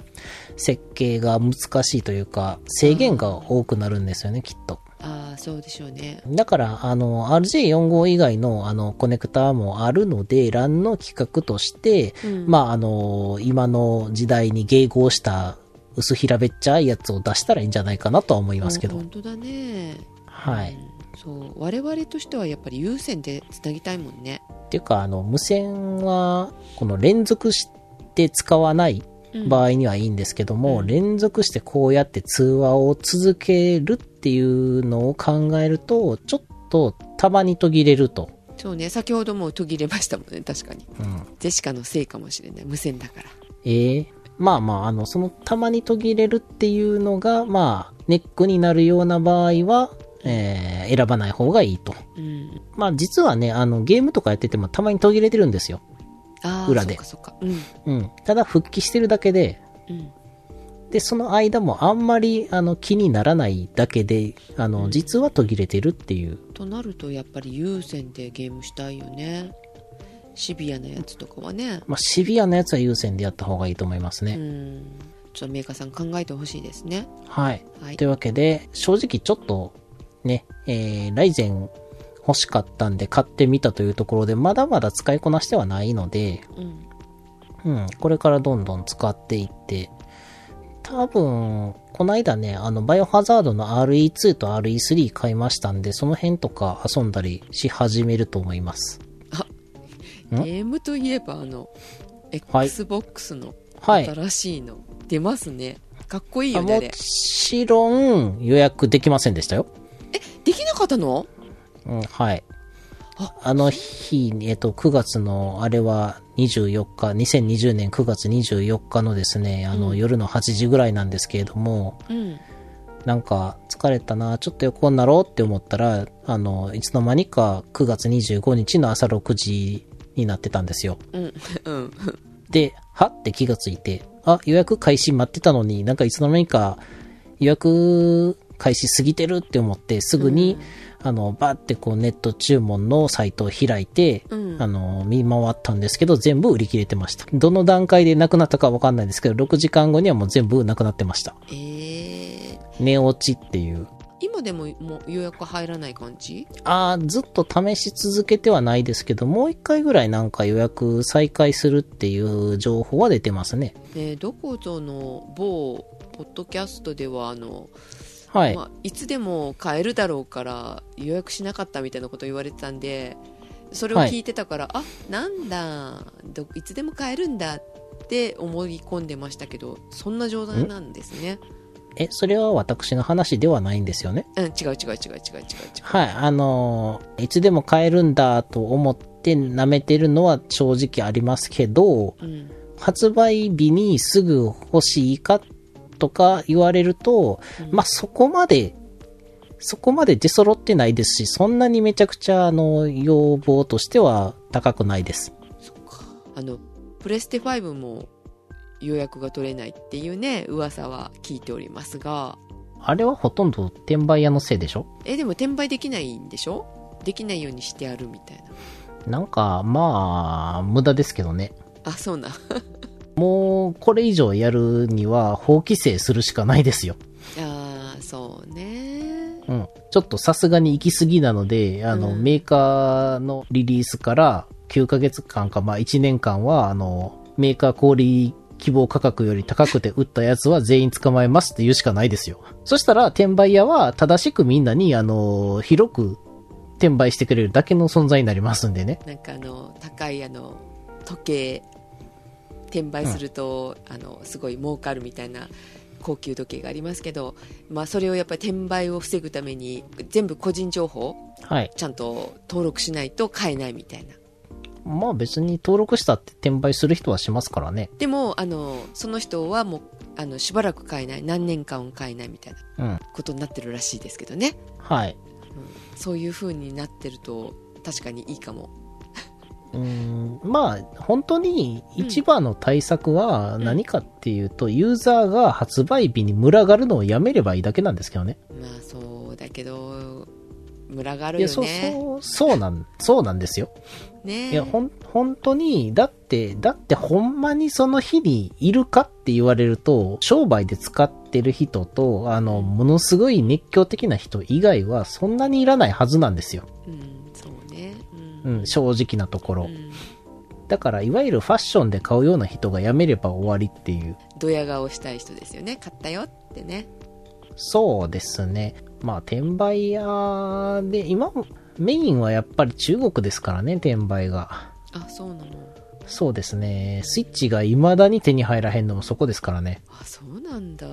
Speaker 2: 設計が難しいというか、制限が多くなるんですよね、きっと。
Speaker 1: ああそうでしょうね
Speaker 2: だから、あの、RJ45 以外の、あの、コネクタもあるので、LAN の規格として、
Speaker 1: うん
Speaker 2: まあ、あの、今の時代に迎合した、薄平べっちゃいやつを出したらいいんじゃないかなとは思いますけ
Speaker 1: あ
Speaker 2: ど。
Speaker 1: 本当だね
Speaker 2: はい。
Speaker 1: うんそう我々としてはやっぱり有線でつなぎたいもんね
Speaker 2: っていうか、あの、無線は、この連続して使わない
Speaker 1: うん
Speaker 2: 場合にはいいんですけども、
Speaker 1: うん
Speaker 2: 連続してこうやって通話を続けるっていうのを考えると、ちょっとたまに途切れると。
Speaker 1: そうね先ほども途切れましたもんね確かに
Speaker 2: うん
Speaker 1: ジェシカのせいかもしれない無線だから
Speaker 2: ええまあまあ、あの、その、たまに途切れるっていうのが、まあ、ネックになるような場合は、えー選ばない方がいいと。
Speaker 1: うん
Speaker 2: まあ、実はね、あの、ゲームとかやっててもたまに途切れてるんですよ。
Speaker 1: ああ
Speaker 2: 裏で
Speaker 1: そうかそうかうん
Speaker 2: うん。ただ、復帰してるだけで、
Speaker 1: うん
Speaker 2: で、その間もあんまり、あの、気にならないだけで、あの、実は途切れてるっていう。
Speaker 1: となるとやっぱり優先でゲームしたいよねシビアなやつとかはね
Speaker 2: まあ、シビアなやつは優先でやった方がいいと思います
Speaker 1: う
Speaker 2: ね。
Speaker 1: んちょっとメーカーさん考えてほしいですね
Speaker 2: はい。
Speaker 1: はい
Speaker 2: というわけで、正直ちょっと、ね、えー、ライゼン欲しかったんで買ってみたというところで、まだまだ使いこなしてはないので、
Speaker 1: うん
Speaker 2: うん、これからどんどん使っていって、多分、この間ね、あの、バイオハザードの RE2 と RE3 買いましたんで、その辺とか遊んだりし始めると思います。ん
Speaker 1: ゲームといえばあの
Speaker 2: はい
Speaker 1: XBOX の
Speaker 2: はい。
Speaker 1: 新しいの、出ますねかっこいい
Speaker 2: あ
Speaker 1: よねあ
Speaker 2: も
Speaker 1: れ
Speaker 2: ちろん予約できませんでしたよ。
Speaker 1: できなかったの
Speaker 2: うん、はい
Speaker 1: あ。
Speaker 2: あの日、えっと、9月の、あれは24日、2020年9月24日のですね、あの、
Speaker 1: うん
Speaker 2: 夜の8時ぐらいなんですけれども、
Speaker 1: うん
Speaker 2: なんか、疲れたな、ちょっと横になろうって思ったら、あの、いつの間にか9月25日の朝6時になってたんですよ。
Speaker 1: うんうん
Speaker 2: で、はって気がついて、あ、予約開始待ってたのに、なんかいつの間にか予約開始過ぎてるって思って、すぐに、あの、バーってこうネット注文のサイトを開いて、
Speaker 1: うん
Speaker 2: あの、見回ったんですけど、全部売り切れてました。どの段階でなくなったかわかんないですけど、6時間後にはもう全部なくなってました。
Speaker 1: えー、
Speaker 2: 寝落ちっていう。
Speaker 1: 今でももう予約入らない感じ
Speaker 2: あーずっと試し続けてはないですけど、もう一回ぐらいなんか予約再開するっていう情報は出てますね。
Speaker 1: ねえどこぞの某ポッドキャストではあの、
Speaker 2: はいい。
Speaker 1: まあ、いつでも買えるだろうから予約しなかったみたいなこと言われてたんでそれを
Speaker 2: はい
Speaker 1: 聞いてたから、あなんだどいつでも買えるんだって思い込んでましたけどそんな状態なんですね
Speaker 2: え、それは私の話ではないんですよね。
Speaker 1: うん違う違う違う違う違う違う
Speaker 2: はい、あのーいつでも買えるんだと思って舐めてるのは正直ありますけど、
Speaker 1: うん
Speaker 2: 発売日にすぐ欲しいかとか言われると、
Speaker 1: うん
Speaker 2: まあ、そこまで、そこまで出揃ってないですし、そんなにめちゃくちゃ、あの、要望としては高くないです。
Speaker 1: そっかあのプレステ5も予約が取れないっていうね噂は聞いておりますが
Speaker 2: あれはほとんど転売屋のせいでしょ
Speaker 1: えでも転売できないんでしょできないようにしてあるみたいな
Speaker 2: なんか、まあ、無駄ですけどね。
Speaker 1: あそうな
Speaker 2: もう、これ以上やるには法規制するしかないですよ。
Speaker 1: あーそうね
Speaker 2: うん。ちょっとさすがに行き過ぎなので、あの、
Speaker 1: うん
Speaker 2: メーカーのリリースから9ヶ月間か、まあ1年間は、あの、メーカー小売希望価格より高くて売ったやつは全員捕まえますって言うしかないですよ。そしたら、転売屋は正しくみんなに、あの、広く転売してくれるだけの存在になりますんでね。
Speaker 1: なんかあの高いあの時計転売すると、あのすごい儲かるみたいな高級時計がありますけど、まあ、それをやっぱり転売を防ぐために全部個人情報
Speaker 2: はい。
Speaker 1: ちゃんと登録しないと買えないみたいな
Speaker 2: まあ別に登録したって転売する人はしますからね。
Speaker 1: でもあのその人はもうあのしばらく買えない何年間も買えないみたいな
Speaker 2: うん。
Speaker 1: ことになってるらしいですけどね、
Speaker 2: はい。
Speaker 1: うん、そういう風になってると確かにいいかも
Speaker 2: うーんまあ、本当に一番の対策は
Speaker 1: ん
Speaker 2: 何かっていうと、ユーザーが発売日に群がるのをやめればいいだけなんですけどね。
Speaker 1: まあそうだけどムラがある
Speaker 2: い
Speaker 1: よ
Speaker 2: や、
Speaker 1: ね
Speaker 2: そう、そう、そうなん、そうなんですよ。
Speaker 1: ね
Speaker 2: いや、ほん、本当に、だって、だってほんまにその日にいるかって言われると、商売で使ってる人と、あの、ものすごい熱狂的な人以外はそんなにいらないはずなんですよ。
Speaker 1: うんそうねう、
Speaker 2: うんん、正直なところ
Speaker 1: う。ん
Speaker 2: だから、いわゆるファッションで買うような人がやめれば終わりっていう。
Speaker 1: ドヤ顔したい人ですよね買ったよってね
Speaker 2: そうですね。まあ、転売屋で、今も、メインはやっぱり中国ですからね、転売が。
Speaker 1: あそうなの
Speaker 2: そうですね。スイッチが未だに手に入らへんのもそこですからね。
Speaker 1: あそうなんだ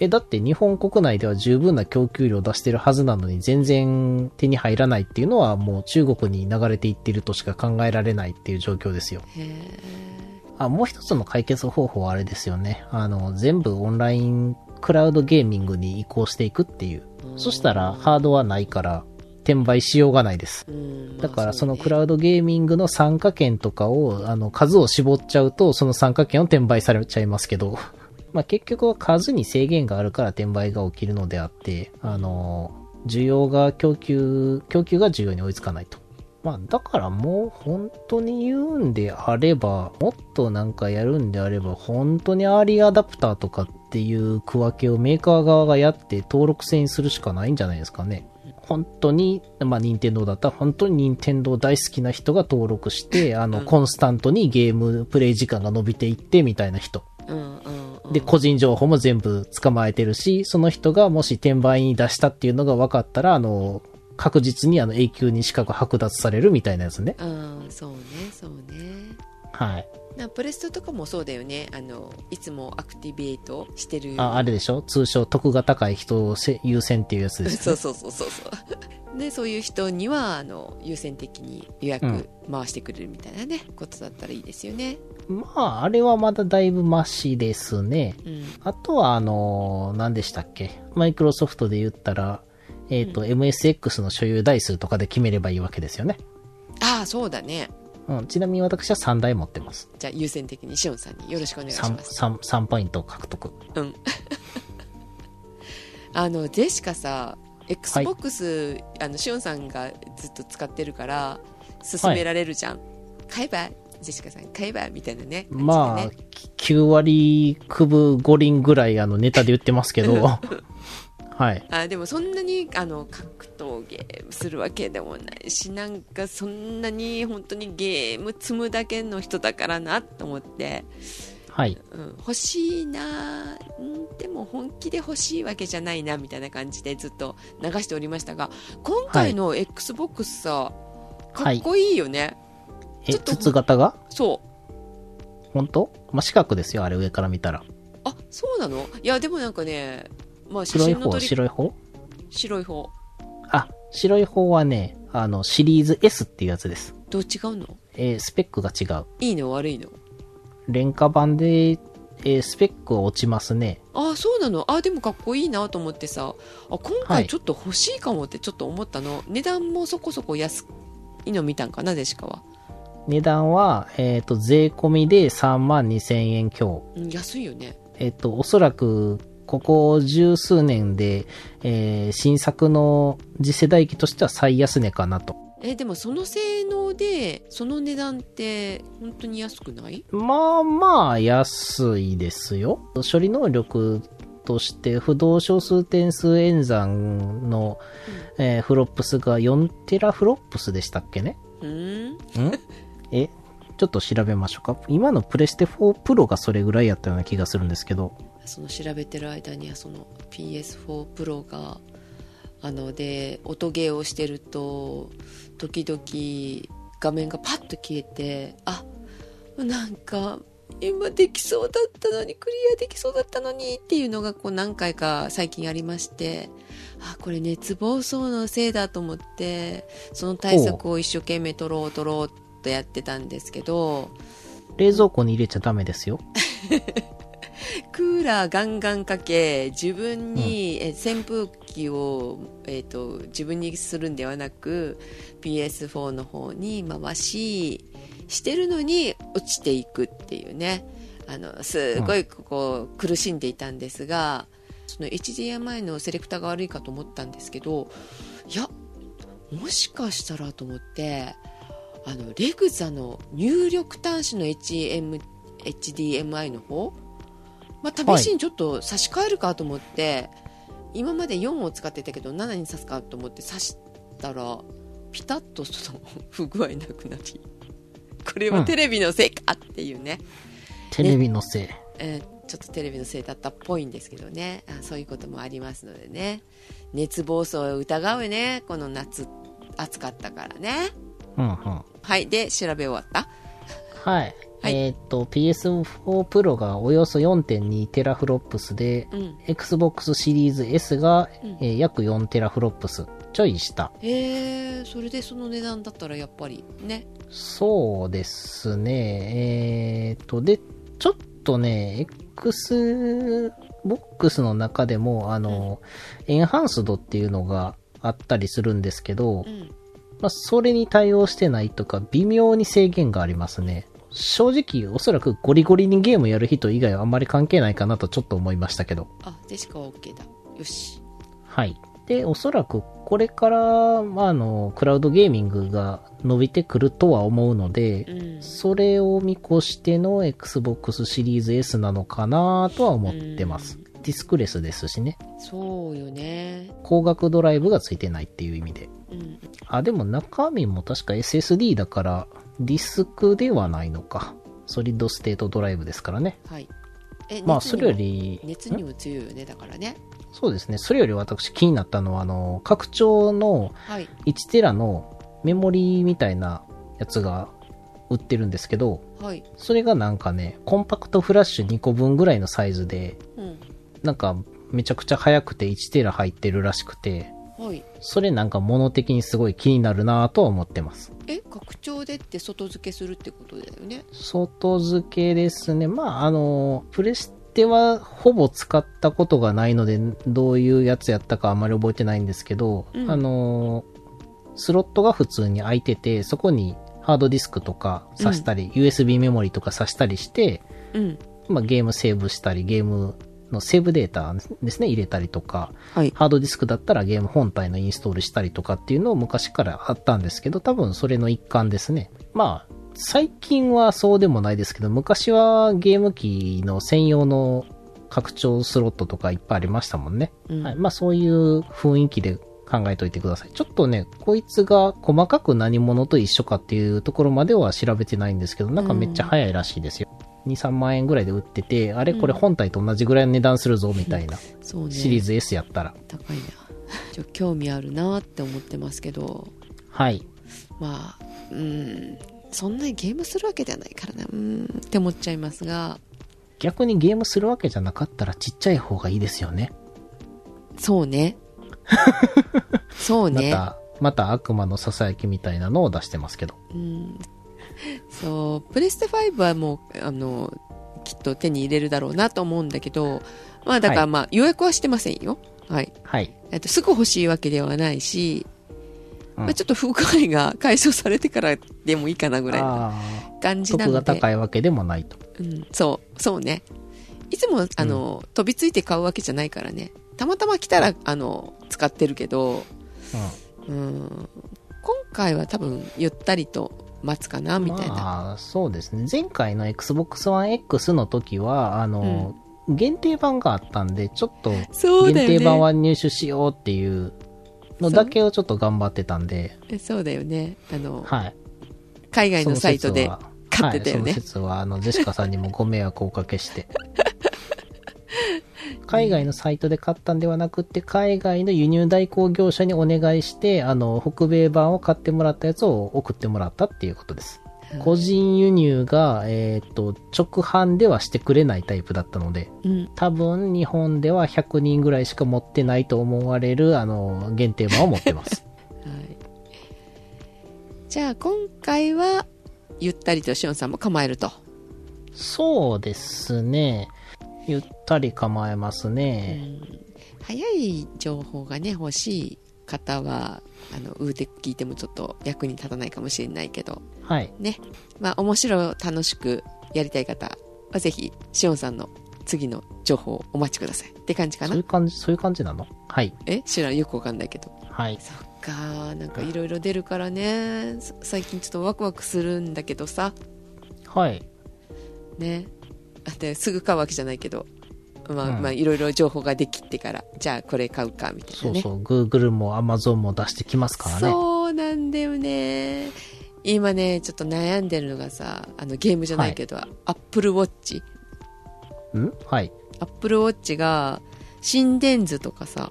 Speaker 2: え、だって日本国内では十分な供給量を出してるはずなのに全然手に入らないっていうのはもう中国に流れていってるとしか考えられないっていう状況ですよ。
Speaker 1: へえ
Speaker 2: あ、もう一つの解決方法はあれですよね。あの、全部オンラインクラウドゲーミングに移行していくっていう。そしたらハードはないから転売しようがないです。
Speaker 1: うんまあ
Speaker 2: だからその
Speaker 1: うね
Speaker 2: クラウドゲーミングの参加権とかを、あの、数を絞っちゃうと、その参加権を転売されちゃいますけど、 まあ結局は数に制限があるから転売が起きるのであって、あの、需要が供給、供給が需要に追いつかないと。まあだからもう本当に言うんであれば、もっとなんかやるんであれば、本当にアーリーアダプターとかっていう区分けをメーカー側がやって登録制にするしかないんじゃないですかね。本当に、まあ、任天堂だったら、本当に任天堂大好きな人が登 録して、あの、コンスタントにゲームプレイ時間が伸びていって、みたいな人。
Speaker 1: うんうんうん
Speaker 2: で、個人情報も全部捕まえてるし、その人がもし転売に出したっていうのが分かったら、あの、確実にあの永久に資格剥奪されるみたいなやつね。
Speaker 1: うんそうねそうね
Speaker 2: はい。
Speaker 1: なプレステとかもそうだよねあのいつもアクティベートしてる
Speaker 2: あ、あれでしょ通称、得が高い人をせ優先っていうやつです、
Speaker 1: そ
Speaker 2: ね。
Speaker 1: うそうそうそうそう ねそういう人にはあの優先的に予
Speaker 2: うん
Speaker 1: 約回してくれるみたいなね、ことだったらいいですよね
Speaker 2: まあ、あれはまだだいぶマシですね。
Speaker 1: うん
Speaker 2: あとは、あの、何でしたっけマイクロソフトで言ったら、えっ、と、MSX の所有台数とかで決めればいいわけですよね。
Speaker 1: ああそうだね
Speaker 2: うん、ちなみに私は3台持ってます。
Speaker 1: じゃあ優先的にシオンさんによろしくお願いし
Speaker 2: 3、
Speaker 1: ます
Speaker 2: 3、3ポイント獲得。
Speaker 1: うんあのジェシカさ XBOX、あのシオンさんがずっと使ってるから勧められるじゃん、買えばジェシカさん買えばみたいなね感
Speaker 2: まあ
Speaker 1: じでね、
Speaker 2: 9割区分5輪ぐらいあのネタで言ってます けど、はい。
Speaker 1: あでもそんなにあの格闘ゲームするわけでもないしなんかそんなに本当にゲーム積むだけの人だからなと思って、
Speaker 2: はい。
Speaker 1: うん、欲しいなうんでも本気で欲しいわけじゃないなみたいな感じでずっと流しておりましたが今回の XBOX さ、か
Speaker 2: は
Speaker 1: っ
Speaker 2: い。
Speaker 1: こいいよね、
Speaker 2: え、
Speaker 1: ちょっと
Speaker 2: 筒型が
Speaker 1: そう
Speaker 2: 本当まあ、四角ですよ、あれ上から見たら。
Speaker 1: あそうなのいやでもなんかねまあ写
Speaker 2: 白い
Speaker 1: 真の
Speaker 2: 方、
Speaker 1: 撮り
Speaker 2: 白い方
Speaker 1: 白い方
Speaker 2: あ、白い方はね、あの、シリーズ S っていうやつです。
Speaker 1: どう違うの
Speaker 2: えースペックが違う。
Speaker 1: いいの悪いの
Speaker 2: 廉価版で、えースペックは落ちますね。
Speaker 1: ああそうなのあでもかっこいいなと思ってさあ今
Speaker 2: は
Speaker 1: 回
Speaker 2: い
Speaker 1: ちょっと欲しいかもってちょっと思ったの、値段もそこそこ安いの見たんかなでしかは、
Speaker 2: 値段は、えっ、と、税込みで3万2千円強。
Speaker 1: うん、安いよね
Speaker 2: えっ、と、おそらく、ここ十数年で、えー新作の次世代機としては最安値かなと。
Speaker 1: えでもその性能でその値段って本当に安くない
Speaker 2: まあまあ安いですよ。処理能力として不動小数点数演算の、えーフロップスが4テラフロップスでしたっけね
Speaker 1: うん
Speaker 2: ん えちょっと調べましょうか。今のプレステ4プロがそれぐらいやったような気がするんですけど。
Speaker 1: その調べてる間にはその PS4 プロがあので音ゲーをしてると時々画面がパッと消えてあなんか今できそうだったのにクリアできそうだったのにっていうのがこう何回か最近ありましてあこれ熱暴走のせいだと思ってその対策を一生懸命取ろう取ろうとやってたんですけど
Speaker 2: 冷蔵庫に入れちゃダメですよ。
Speaker 1: クーラーガンガンかけ自分に、え扇風機を、えー、と自分にするんではなく PS4 の方に回ししてるのに落ちていくっていうねあのすごいここう苦しんでいたんですが、その HDMI のセレクターが悪いかと思ったんですけどいやもしかしたらと思ってあのレグザの入力端子の HM HDMI の方、まあ、試しにちょっと差し替えるかと思って、今まで4を使ってたけど7に差すかと思って差したらピタッとその不具合なくなりこれはテレビのせいかっていうね、
Speaker 2: テレビのせい。
Speaker 1: えーちょっとテレビのせいだったっぽいんですけどねあそういうこともありますのでね熱暴走を疑うねこの夏暑かったからね
Speaker 2: うんうん。
Speaker 1: はいで調べ終わった
Speaker 2: はい。
Speaker 1: はい
Speaker 2: えーっと、PS4 Pro がおよそ4.2テラフロップスで、
Speaker 1: うん
Speaker 2: Xbox シリーズ S が、
Speaker 1: うん
Speaker 2: えー約4テラフロップスちょい下。
Speaker 1: へえそれでその値段だったらやっぱりね
Speaker 2: そうですね。えーっと、で、ちょっとね、Xbox の中でも、あの、エンハンスドっていうのがあったりするんですけど、
Speaker 1: うん
Speaker 2: まあ、それに対応してないとか、微妙に制限がありますね。正直、おそらくゴリゴリにゲームやる人以外はあんまり関係ないかなとちょっと思いましたけど。
Speaker 1: あジェシカは OK だよし
Speaker 2: はい。で、おそらくこれから、まあ、あの、クラウドゲーミングが伸びてくるとは思うの
Speaker 1: う
Speaker 2: で、
Speaker 1: ん
Speaker 2: それを見越しての Xbox シリーズ S なのかなとは思ってます。ディスクレスですしね。
Speaker 1: そうよね
Speaker 2: 光学ドライブがついてないっていう意味で。
Speaker 1: うん
Speaker 2: あ、でも中身も確か SSD だから、ディスクではないのか。ソリッドステートドライブですからね。
Speaker 1: はいえ
Speaker 2: まあ、
Speaker 1: 熱
Speaker 2: そ
Speaker 1: に
Speaker 2: れ
Speaker 1: も
Speaker 2: より、
Speaker 1: 熱に
Speaker 2: ん
Speaker 1: も強いよねだからね
Speaker 2: そうですね。それより私気になったのは、あの、拡張の
Speaker 1: はい
Speaker 2: 1テラのメモリーみたいなやつが売ってるんですけど、
Speaker 1: はい
Speaker 2: それがなんかね、コンパクトフラッシュ2個分ぐらいのサイズで、
Speaker 1: うん
Speaker 2: なんかめちゃくちゃ速くて1テラ入ってるらしくて、
Speaker 1: はい
Speaker 2: それなんか物的にすごい気になるなぁとは思ってます。
Speaker 1: え拡張でって外付けするってことだよね
Speaker 2: 外付けですね。まあ、あの、プレステはほぼ使ったことがないので、どういうやつやったかあまり覚えてないんですけど、
Speaker 1: うん
Speaker 2: あの、スロットが普通に空いてて、そこにハードディスクとか挿したり、USB メモリとか挿したりして、
Speaker 1: うん
Speaker 2: まあ、ゲームセーブしたり、ゲームのセーブデータですね、入れたりとか、
Speaker 1: はい
Speaker 2: ハードディスクだったらゲーム本体のインストールしたりとかっていうのを昔からあったんですけど、多分それの一環ですね。まあ、最近はそうでもないですけど、昔はゲーム機の専用の拡張スロットとかいっぱいありましたもんね。
Speaker 1: うん
Speaker 2: はい、まあそういう雰囲気で考えといてください。ちょっとね、こいつが細かく何者と一緒かっていうところまでは調べてないんですけど、なんかめっちゃ早いらしいですよ。2、3万円ぐらいで売ってて、あれこれ本体と同じぐらいの値段するぞみたいな、
Speaker 1: そうね
Speaker 2: シリーズ S やったら。
Speaker 1: 高いな ちょ興味あるなって思ってますけど
Speaker 2: はい。
Speaker 1: まあうんそんなにゲームするわけじゃないからなうんって思っちゃいますが
Speaker 2: 逆にゲームするわけじゃなかったらちっちゃい方がいいですよね。
Speaker 1: そう ねそう
Speaker 2: ま
Speaker 1: ね
Speaker 2: た、また悪魔の囁きみたいなのを出してますけど。
Speaker 1: うんそうプレステ5はもうあのきっと手に入れるだろうなと思うんだけどまあだから
Speaker 2: はい
Speaker 1: まあ、予約はしてませんよはい
Speaker 2: はい。
Speaker 1: えっとすぐ欲しいわけではないし、
Speaker 2: うん
Speaker 1: まあ、ちょっと不具合が解消されてからでもいいかなぐらいの
Speaker 2: あ
Speaker 1: 感
Speaker 2: ー
Speaker 1: じな
Speaker 2: 得
Speaker 1: の
Speaker 2: が
Speaker 1: で
Speaker 2: 高いわけでもないと。
Speaker 1: うん、そう、そうね。いつも、あの、飛びついて買うわけじゃないからね。たまたま来たら、あの、使ってるけど、うん、今回は多分、ゆったりと待つかな、みたいな。
Speaker 2: まあ、そうですね。前回の Xbox One X の時は、あの、限定版があったんで、ちょっと、
Speaker 1: そう
Speaker 2: 限
Speaker 1: だよ
Speaker 2: 定版
Speaker 1: ね。
Speaker 2: は入手しようっていうのだけをちょっと頑張ってたんで、
Speaker 1: そうだよね。あの、
Speaker 2: はい。
Speaker 1: 海外
Speaker 2: そ
Speaker 1: の
Speaker 2: の
Speaker 1: サイト
Speaker 2: 説
Speaker 1: で
Speaker 2: は
Speaker 1: 買ってたよ
Speaker 2: はい、
Speaker 1: ね
Speaker 2: その。説は、あの、ジェシカさんにもご迷惑をおかけして。 海外のサイトで買ったんではなくて、海外の輸入代行業者にお願いして、あの、北米版を買ってもらったやつを送ってもらったっていうことです。
Speaker 1: うん
Speaker 2: 個人輸入が、えーっと、直販ではしてくれないタイプだったので、
Speaker 1: うん。
Speaker 2: 多分日本では100人ぐらいしか持ってないと思われる、あの、限定版を持って ます。
Speaker 1: はい。じゃあ、今回は、ゆったりとしおんさんも構えると。
Speaker 2: そうですね。ゆったり構えます
Speaker 1: う
Speaker 2: ね。
Speaker 1: ん早い情報がね欲しい方はあのウーテック聞いてもちょっと役に立たないかもしれないけど
Speaker 2: はい。
Speaker 1: ねまあ面白い楽しくやりたい方はぜひしおんさんの次の情報をお待ちくださいって感じか
Speaker 2: そう
Speaker 1: な
Speaker 2: いう感じ、そういう感じなのはい。
Speaker 1: え知らんよくわかんないけど
Speaker 2: はい。
Speaker 1: そっかーなんかいろいろ出るからねさ最近ちょっとワクワクするんだけどさ
Speaker 2: はい。
Speaker 1: ねだってすぐ買うわけじゃないけどまあ、
Speaker 2: うん
Speaker 1: まあいろいろ情報ができてからじゃあこれ買うかみたいなね
Speaker 2: そうそう。Google も Amazon も出してきますからね。
Speaker 1: そうなんだよね今ねちょっと悩んでるのがさあのゲームじゃないけど、アップルウォッチ
Speaker 2: んはい。
Speaker 1: アップルウォッチが心電図とかさ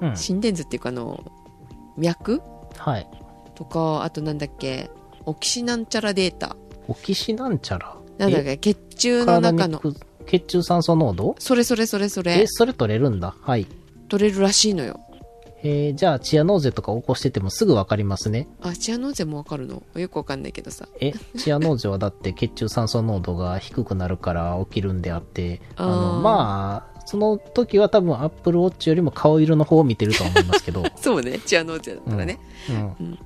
Speaker 2: うん。
Speaker 1: 心電図っていうかあの脈
Speaker 2: はい。
Speaker 1: とかあとなんだっけオキシなんちゃらデータ
Speaker 2: 沖市なんちゃら。
Speaker 1: なんだっけ、血中の中の、
Speaker 2: 体にく血中酸素濃度
Speaker 1: それそれそれそれ
Speaker 2: え、、それ取れるんだ。はい。
Speaker 1: 取れるらしいのよ。
Speaker 2: えーじゃあ、チアノーゼとか起こしててもすぐわかりますね。
Speaker 1: あ、チアノーゼもわかるのよくわかんないけどさ。
Speaker 2: え、チアノーゼはだって血中酸素濃度が低くなるから起きるんであって、あ
Speaker 1: あー
Speaker 2: の、まあ、その時は多分アップルウォッチよりも顔色の方を見てると思いま すけど、
Speaker 1: そうね、チアノーゼだったらね。
Speaker 2: うん、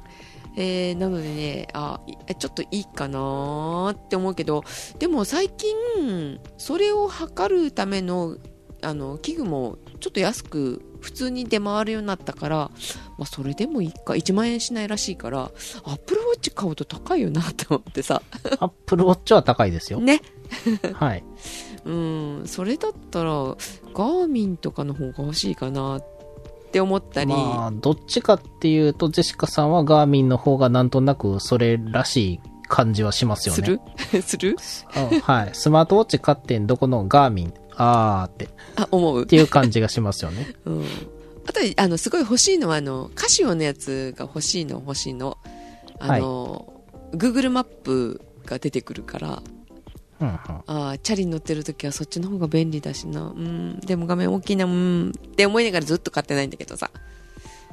Speaker 1: えー、なのでね、あ、いちょっといいかなーって思うけど、でも最近、それを測るための、あの、器具もちょっと安く、普通に出回るようになったから、まあ、それでもいいか、1万円しないらしいから、アップルウォッチ買うと高いよなって思ってさ、
Speaker 2: アップルウォッチは高いです よ。
Speaker 1: ね、
Speaker 2: はい。
Speaker 1: うん、それだったら、ガーミンとかの方が欲しいかなって思ったり、
Speaker 2: まあ、どっちかっていうと、ジェシカさんはガーミンの方がなんとなくそれらしい感じはしますよ
Speaker 1: す
Speaker 2: ね。
Speaker 1: るする
Speaker 2: あはい。スマートウォッチ買ってんどこのガーミン、あーって、っ
Speaker 1: あ、 思う。
Speaker 2: ていう感じがしますよね。
Speaker 1: うん。あと、あの、すごい欲しいのは、あの、カシオのやつが欲しいの、欲しいの。あの、Google マップが出てくるから、
Speaker 2: うんうん。
Speaker 1: あーチャリに乗ってる時はそっちの方が便利だしな。うん、でも画面大きいな、うん、って思いながらずっと買ってないんだけどさ。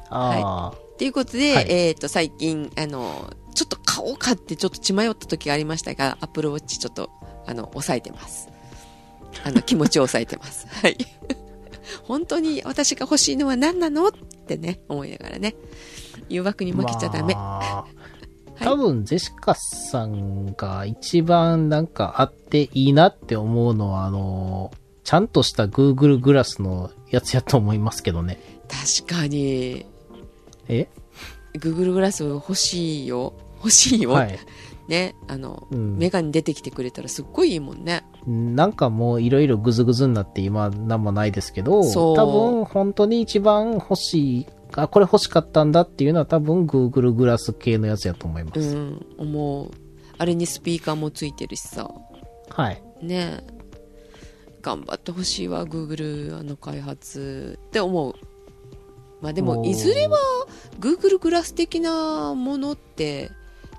Speaker 2: あ
Speaker 1: ということで、
Speaker 2: はい
Speaker 1: えっ、と、最近、あの、ちょっと買おうかってちょっと血迷った時がありましたが、Apple Watch ちょっと、あの、抑えてます。あの、気持ちを抑えてます。 はい。本当に私が欲しいのは何なのってね、思いながらね。誘惑に
Speaker 2: ー
Speaker 1: 負けちゃダメ。
Speaker 2: まあ
Speaker 1: い
Speaker 2: 多分、ジェシカさんが一番なんかあっていいなって思うのは、あの、ちゃんとした Google グラスのやつやと思いますけどね。
Speaker 1: 確かに、
Speaker 2: え
Speaker 1: Google グラス欲しいよ。欲しいよ。
Speaker 2: はい。
Speaker 1: ね。あの、
Speaker 2: うん
Speaker 1: メガに出てきてくれたらすっごいいいもんね。
Speaker 2: なんかもういろいろグズグズになって今なんもないですけど、
Speaker 1: そう
Speaker 2: 多分本当に一番欲しい、あ、これ欲しかったんだっていうのは多分 Google グラス系のやつやと思います。
Speaker 1: うん、思う。あれにスピーカーもついてるしさ。
Speaker 2: はい。
Speaker 1: ねえ頑張ってほしいわ Google あの開発って思うまあで
Speaker 2: お
Speaker 1: も
Speaker 2: ー
Speaker 1: いずれは Google グラス的なものって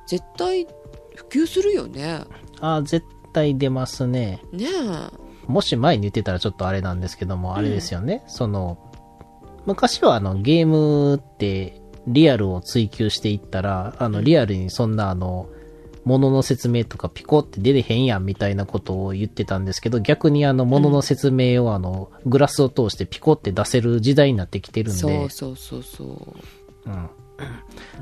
Speaker 1: 絶対普及するよね
Speaker 2: あ、絶対出ますね。
Speaker 1: ねえ
Speaker 2: もし前に言ってたらちょっとあれなんですけども、あれですよね。その、昔はあのゲームってリアルを追求していったら、あのリアルにそんなあの、物の説明とかピコって出れへんやんみたいなことを言ってたんですけど、逆にあの物の説明をあの、グラスを通してピコって出せる時代になってきてるんで、
Speaker 1: そうそうそうそ
Speaker 2: うん
Speaker 1: う、ね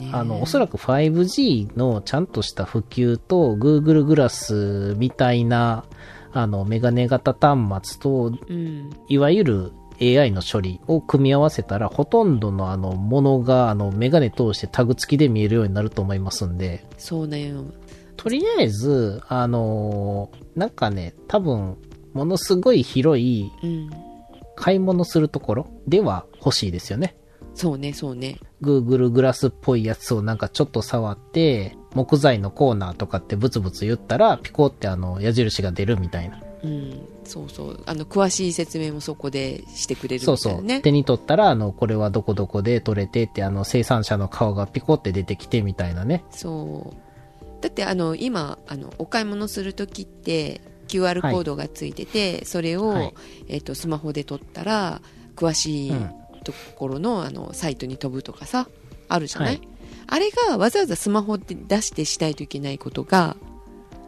Speaker 1: え、
Speaker 2: あの、おそらく 5G のちゃんとした普及と、Google グラスみたいな、あの、メガネ型端末と、
Speaker 1: うん
Speaker 2: いわゆる AI の処理を組み合わせたら、ほとんどのあの、ものが、あの、メガネ通してタグ付きで見えるようになると思いますんで、
Speaker 1: そうね
Speaker 2: とりあえず、あのーなんかね、多分、ものすごい広い
Speaker 1: うん
Speaker 2: 買い物するところでは欲しいですよね。
Speaker 1: そうねそうね
Speaker 2: Google グラスっぽいやつをなんかちょっと触って、木材のコーナーとかってブツブツ言ったら、ピコってあの、矢印が出るみたいな。
Speaker 1: うんそうそうあの詳しい説明もそこでしてくれるみたいなね
Speaker 2: そうそう。手に取ったら、あの、これはどこどこで取れてって、あの、生産者の顔がピコって出てきてみたいなね。
Speaker 1: そうだってあの今あのお買い物する時って QR コ
Speaker 2: はい
Speaker 1: ードがついてて、それを、
Speaker 2: はい
Speaker 1: えっとスマホで撮ったら詳しい
Speaker 2: うん
Speaker 1: ところの,、あのサイトに飛ぶとかさあるじゃない、
Speaker 2: はい
Speaker 1: あれがわざわざスマホで出してしないといけないことが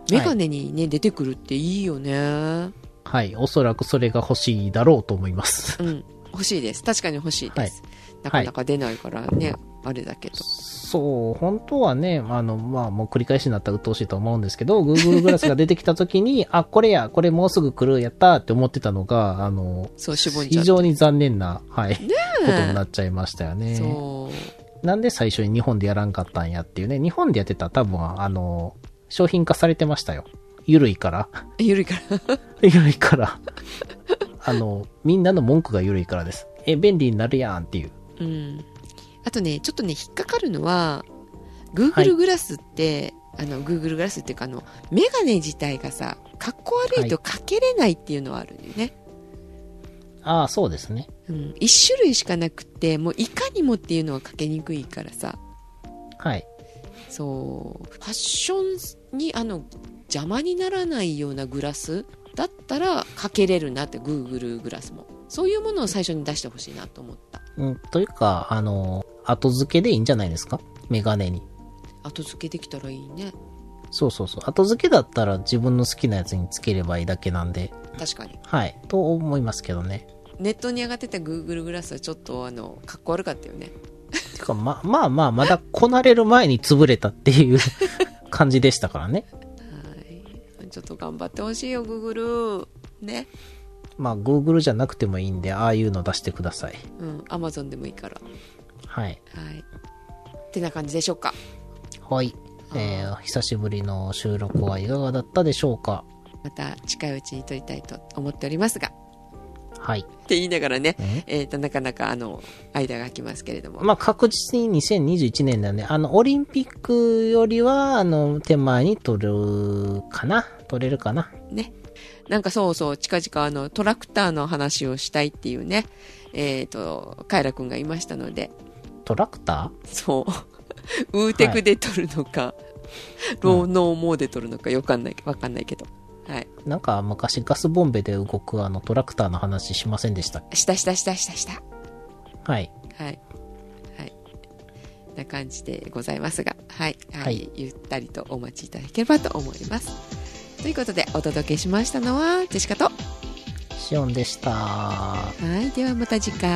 Speaker 2: い
Speaker 1: メガネにね、出てくるっていいよね
Speaker 2: はい。おそらくそれが欲しいだろうと思います。
Speaker 1: うん欲しいです確かに欲しいです、なかなか出ないからね、あれだけど
Speaker 2: そう、本当はね、あの、まあ、もう繰り返しになったら鬱陶しいと思うんですけど、Google グラスが出てきた時に、 あ、これや、これもうすぐ来る、やったーって思ってたのが、あの、
Speaker 1: そう絞んじゃ
Speaker 2: 非
Speaker 1: って
Speaker 2: 常に残念な、はい、ことになっちゃいましたよね。
Speaker 1: そう
Speaker 2: なんで最初に日本でやらんかったんやっていうね。日本でやってたら多分、あの、商品化されてましたよ。ゆるいから。
Speaker 1: ゆるいから
Speaker 2: ゆるいから。あの、みんなの文句がゆるいからです。え、便利になるやんっていう。
Speaker 1: うん、あとねちょっとね引っかかるのは
Speaker 2: はい
Speaker 1: Google グラスって、あの Google グラスっていうかあのメガネ自体がさかっこ悪いとかけれないっていうのはあるんだよね、
Speaker 2: ああ、そうですね。
Speaker 1: うん、1種類しかなくてもういかにもっていうのはかけにくいからさ
Speaker 2: はい。
Speaker 1: そうファッションにあの邪魔にならないようなグラスだったらかけれるなって Google グラスもそういうものを最初に出してほしいなと思った
Speaker 2: うん、というか、あの、後付けでいいんじゃないですかメガネに。
Speaker 1: 後付けできたらいいね
Speaker 2: そうそうそう。後付けだったら自分の好きなやつにつければいいだけなんで。
Speaker 1: 確かに
Speaker 2: はい。と思いますけどね。
Speaker 1: ネットに上がってた Google グラスはちょっとあのかっこ悪かったよね
Speaker 2: てか、ま、まあまあ、まだこなれる前に潰れたっていう感じでしたからね。
Speaker 1: はいちょっと頑張ってほしいよ Google ね
Speaker 2: まあ、Google じゃなくてもいいんで、ああいうの出してください。
Speaker 1: うん Amazon でもいいから
Speaker 2: はい。
Speaker 1: はいってな感じでしょうか
Speaker 2: はい。えー、久しぶりの収録はいかがだったでしょうか
Speaker 1: また近いうちに撮りたいと思っておりますが
Speaker 2: はい。
Speaker 1: って言いながらね
Speaker 2: え、
Speaker 1: えー、となかなかあの間が空きますけれども、
Speaker 2: まあ、確実に2021年なんで、あの、オリンピックよりは、あの、手前に取るかな取れるかな
Speaker 1: ねなんかそうそう近々あのトラクターの話をしたいっていうねえっ、とカイラくんがいましたので
Speaker 2: トラクタ
Speaker 1: そうウーテクで撮るのか、ローノーモーで撮るのかよくわかんないわかんないけどはい
Speaker 2: ーなんか昔ガスボンベで動くあのトラクターの話しませんでしたっ
Speaker 1: したしたしたしたした
Speaker 2: けはい。
Speaker 1: はい。はい。な感じでございますが、はい。はい。
Speaker 2: はい
Speaker 1: ゆったりとお待ちいただければと思います。ということで、お届けしましたのは、ジェシカと。は
Speaker 2: シオンでした。
Speaker 1: い。ではまた次回。お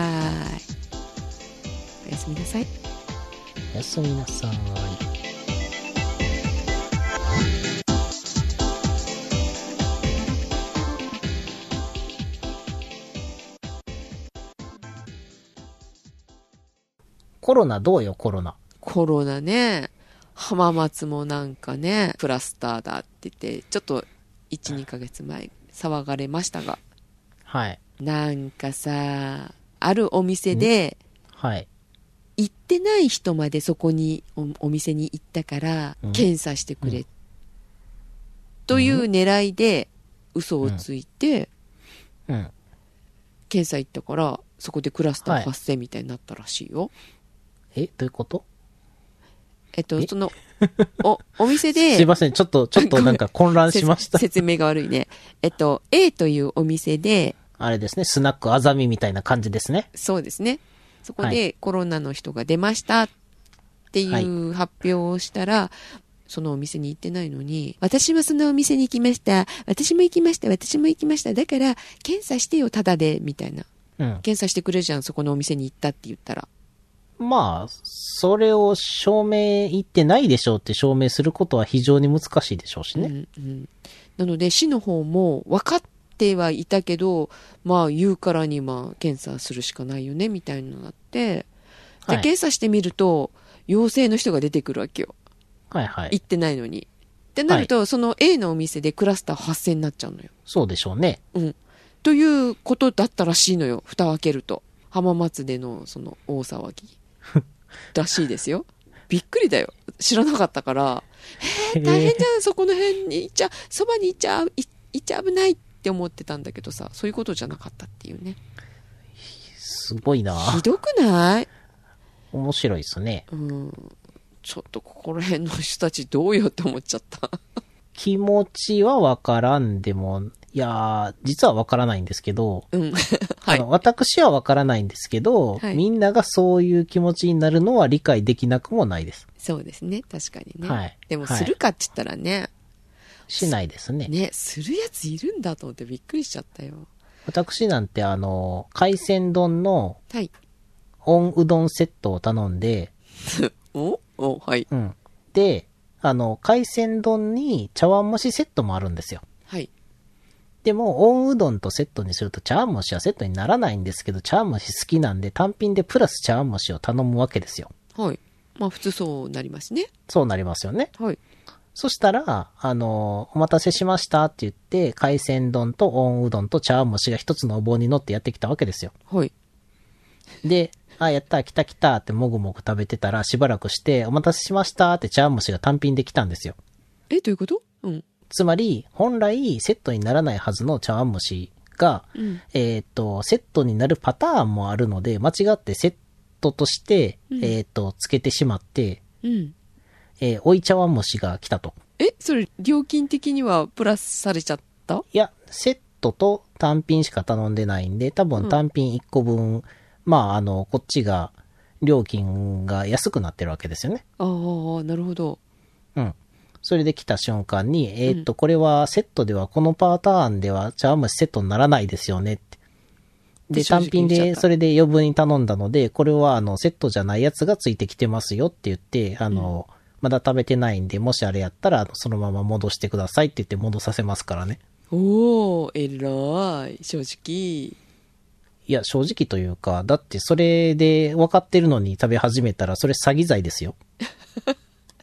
Speaker 1: やすみなさい。
Speaker 2: おやすみなさい。コロナどうよ、コロナ。
Speaker 1: コロナね、浜松もなんかね、クラスターだって言って、ちょっと1、2ヶ月前、騒がれましたが、
Speaker 2: はい。
Speaker 1: なんかさ、あるお店で、
Speaker 2: はい。
Speaker 1: 行ってない人までそこにおお店に行ったから
Speaker 2: うん
Speaker 1: 検査してくれ、という狙いで嘘をついて
Speaker 2: うん。
Speaker 1: 検査行ったからそこでクラスタ
Speaker 2: は
Speaker 1: ー
Speaker 2: い
Speaker 1: 発生みたいになったらしいよ、
Speaker 2: え、どういうこと
Speaker 1: えっと
Speaker 2: え
Speaker 1: そのおお店 です
Speaker 2: いません、ちょっと、ちょっとなんか混乱しました
Speaker 1: せ。説明が悪いねえっと A というお店で
Speaker 2: あれですね、スナックあざみみたいな感じですね。
Speaker 1: そうですねそこ
Speaker 2: は
Speaker 1: でコロナの人が出ましたっていう発表をしたら、そのお店に行ってないのに、私もそのお店に行きました、私も行きました、私も行きました、だから検査してよ、ただで、みたいな。
Speaker 2: うん。
Speaker 1: 検査してくれるじゃん、そこのお店に行ったって言ったら。
Speaker 2: まあ、それを証明言ってないでしょうって証明することは非常に難しいでしょうしね。
Speaker 1: うんうん、なので、市の方も分かってはいたけど、まあ言うからにまあ検査するしかないよね、みたいになって、で、
Speaker 2: はい
Speaker 1: 検査してみると、陽性の人が出てくるわけよ。
Speaker 2: はいはい。
Speaker 1: 行ってないのに。ってなると、その A のお店でクラスター発生になっちゃうのよ。
Speaker 2: そうでしょうね。
Speaker 1: うん。ということだったらしいのよ。蓋を開けると。浜松でのその大騒ぎ。らしいですよ。びっくりだよ。知らなかったから、
Speaker 2: へ
Speaker 1: 大変
Speaker 2: え
Speaker 1: じゃん、そこの辺に行っちゃ、そばに行っちゃ、い行っちゃ危ないって思ってたんだけどさ、そういうことじゃなかったっていうね。
Speaker 2: すごいな
Speaker 1: ひどくない
Speaker 2: 面白いですね。
Speaker 1: うん。ちょっとここら辺の人たちどうよって思っちゃった。
Speaker 2: 気持ちはわからんでも、いやー、実はわからないんですけど、
Speaker 1: うん。は
Speaker 2: あ
Speaker 1: い。
Speaker 2: の私はわからないんですけど、
Speaker 1: はい
Speaker 2: みんながそういう気持ちになるのは理解できなくもないです。
Speaker 1: そうですね。確かにね。
Speaker 2: はい
Speaker 1: でも、
Speaker 2: はい
Speaker 1: するかって言ったらね、
Speaker 2: しないですね。
Speaker 1: ね、するやついるんだと思ってびっくりしちゃったよ。
Speaker 2: 私なんてあの、海鮮丼の
Speaker 1: はい。
Speaker 2: オンうどんセットを頼んで、
Speaker 1: おおはい。
Speaker 2: うん。で、あの、海鮮丼に茶碗蒸しセットもあるんですよ。
Speaker 1: はい。
Speaker 2: でも、オンうどんとセットにすると茶碗蒸しはセットにならないんですけど、茶碗蒸し好きなんで単品でプラス茶碗蒸しを頼むわけですよ。
Speaker 1: はい。まあ、普通そうなりますね。
Speaker 2: そうなりますよね。
Speaker 1: はい。
Speaker 2: そしたら、あの、お待たせしましたって言って、海鮮丼とオンうどんと茶碗蒸しが一つのお棒に乗ってやってきたわけですよ。
Speaker 1: はい。
Speaker 2: で、あ、やった、来た来たってもぐもぐ食べてたら、しばらくして、お待たせしましたって茶碗蒸しが単品で来たんですよ。
Speaker 1: え、どういうことうん。
Speaker 2: つまり、本来セットにならないはずの茶碗蒸しが、
Speaker 1: うん。
Speaker 2: えーっと、セットになるパターンもあるので、間違ってセットとして、
Speaker 1: うん
Speaker 2: えーっと、つけてしまって、
Speaker 1: うん。
Speaker 2: えー、おい茶碗蒸しが来たと。
Speaker 1: え、それ、料金的にはプラスされちゃった
Speaker 2: いや、セットと単品しか頼んでないんで、多分単品1個分、まあ、あの、こっちが、料金が安くなってるわけですよね。
Speaker 1: ああ、なるほど。
Speaker 2: うん。それで来た瞬間に、えーっと、これはセットでは、このパターンでは茶碗蒸しセットにならないですよねって。
Speaker 1: で
Speaker 2: で、単
Speaker 1: 正直言っ
Speaker 2: 品
Speaker 1: ちゃっ
Speaker 2: で、
Speaker 1: た
Speaker 2: それで余分に頼んだので、これは、あの、セットじゃないやつがついてきてますよって言って、あの、まだ食べてないんで、もしあれやったら、あのそのまま戻してくださいって言って戻させますからね。
Speaker 1: おお、えらい、正直。
Speaker 2: いや、正直というか、だってそれで分かってるのに食べ始めたら、それ詐欺罪で すよ。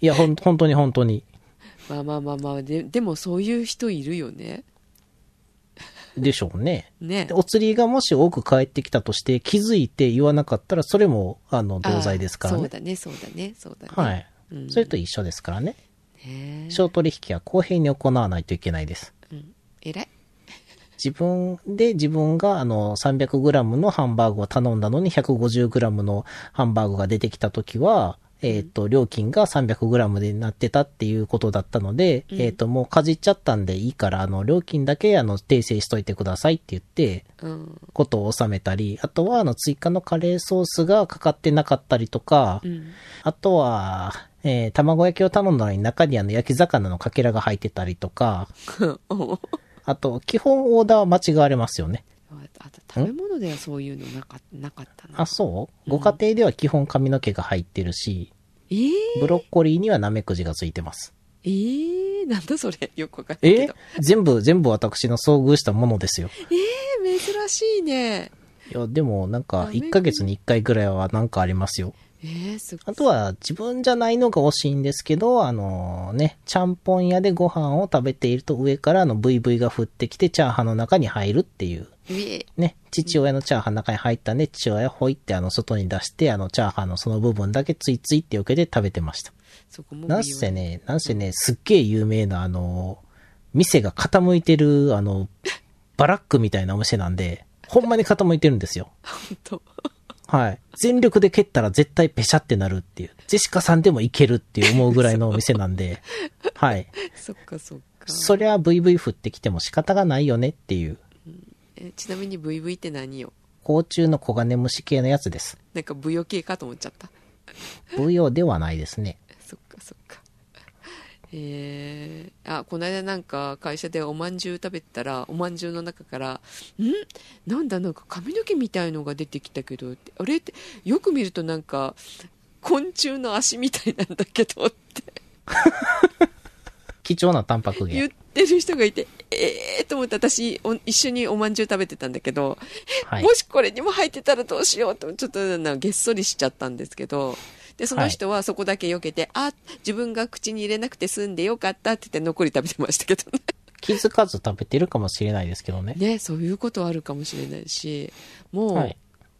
Speaker 2: いや、ほん、本当に本当に。
Speaker 1: まあまあまあまあ、ででもそういう人いるよね。
Speaker 2: でしょうね。
Speaker 1: ね
Speaker 2: で。お釣りがもし多く返ってきたとして気づいて言わなかったら、それも、あの、同罪ですから
Speaker 1: あーそう
Speaker 2: ね。
Speaker 1: だね、そうだね、そうだね。
Speaker 2: はい。
Speaker 1: うん
Speaker 2: それと一緒ですからね。
Speaker 1: ねえ
Speaker 2: 商取引は公平に行わないといけないです。
Speaker 1: うん、偉い。
Speaker 2: 自分で自分があの 300g のハンバーグを頼んだのに 150g のハンバーグが出てきた時は、えっ、と、料金が 300g でなってたっていうことだったので、えっ、と、もうかじっちゃったんでいいから、あの、料金だけあの、訂正しといてくださいって言って、
Speaker 1: うん。
Speaker 2: ことを収めたり、あとはあの、追加のカレーソースがかかってなかったりとか、
Speaker 1: うん。
Speaker 2: あとは、えー卵焼きを頼んだのに中にあの、焼き魚のかけらが入ってたりとか、
Speaker 1: おー
Speaker 2: あと、基本オーダーは間違われますよね。
Speaker 1: あと食べ物ではそういうのなかなかったな。
Speaker 2: あ、そうご家庭では基本髪の毛が入ってるし、
Speaker 1: えー、
Speaker 2: ブロッコリーにはナメクジがついてます。
Speaker 1: えー、なんだそれ。よくわかんないけど。
Speaker 2: 全部、全部私の遭遇したものですよ。
Speaker 1: えー、珍しいね。
Speaker 2: いや、でもな
Speaker 1: ナ
Speaker 2: んか、
Speaker 1: メクジ
Speaker 2: 1ヶ月に1回ぐらいはなんかありますよ。
Speaker 1: えー、すご
Speaker 2: あ
Speaker 1: い。
Speaker 2: とは、自分じゃないのが惜しいんですけど、あのね、ちゃんぽん屋でご飯を食べていると上からあのブイブイが降ってきて、チャーハンの中に入るっていう。
Speaker 1: え
Speaker 2: ね、父親のチャーハンの中に入ったんで、父親ほいってあの外に出して、あのチャーハンのその部分だけついついって受けて食べてました。
Speaker 1: そこも
Speaker 2: なんせね、なんせね、すっげえ有名な、あの、店が傾いてる、あの、バラックみたいなお店なんで、ほんまに傾いてるんですよ。
Speaker 1: 本当
Speaker 2: はい。全力で蹴ったら絶対ペシャってなるっていう。ジェシカさんでもいけるっていう思うぐらいのお店なん で、はい。
Speaker 1: そっかそっか。
Speaker 2: そりゃ VV 振ってきても仕方がないよねっていう、
Speaker 1: えちなみに VV って何よ
Speaker 2: 甲虫の黄金虫系のやつです。
Speaker 1: なんか舞踊系かと思っちゃった。
Speaker 2: ブヨではないですね。
Speaker 1: そっかそっか。えー、あこの間なんか会社でおまんじゅう食べてたらおまんじゅうの中から「んなんだなんか髪の毛みたいのが出てきたけどってあれ?」ってよく見るとなんか昆虫の足みたいなんだけどって
Speaker 2: 貴重なタンパク
Speaker 1: 言っ
Speaker 2: 源。
Speaker 1: てる人がいて「えー」と思って私お一緒におまんじゅう食べてたんだけど、
Speaker 2: はい
Speaker 1: も。しこれにも入ってたらどうしようと、ちょっとなげっそりしちゃったんですけど、で、その人はそこだけ避けて、あ、自分が口に入れなくて済んでよかったって言って残り食べてましたけどね。
Speaker 2: 気づかず食べてるかもしれないですけどね。
Speaker 1: ね、そういうことあるかもしれないし、もう、
Speaker 2: はい。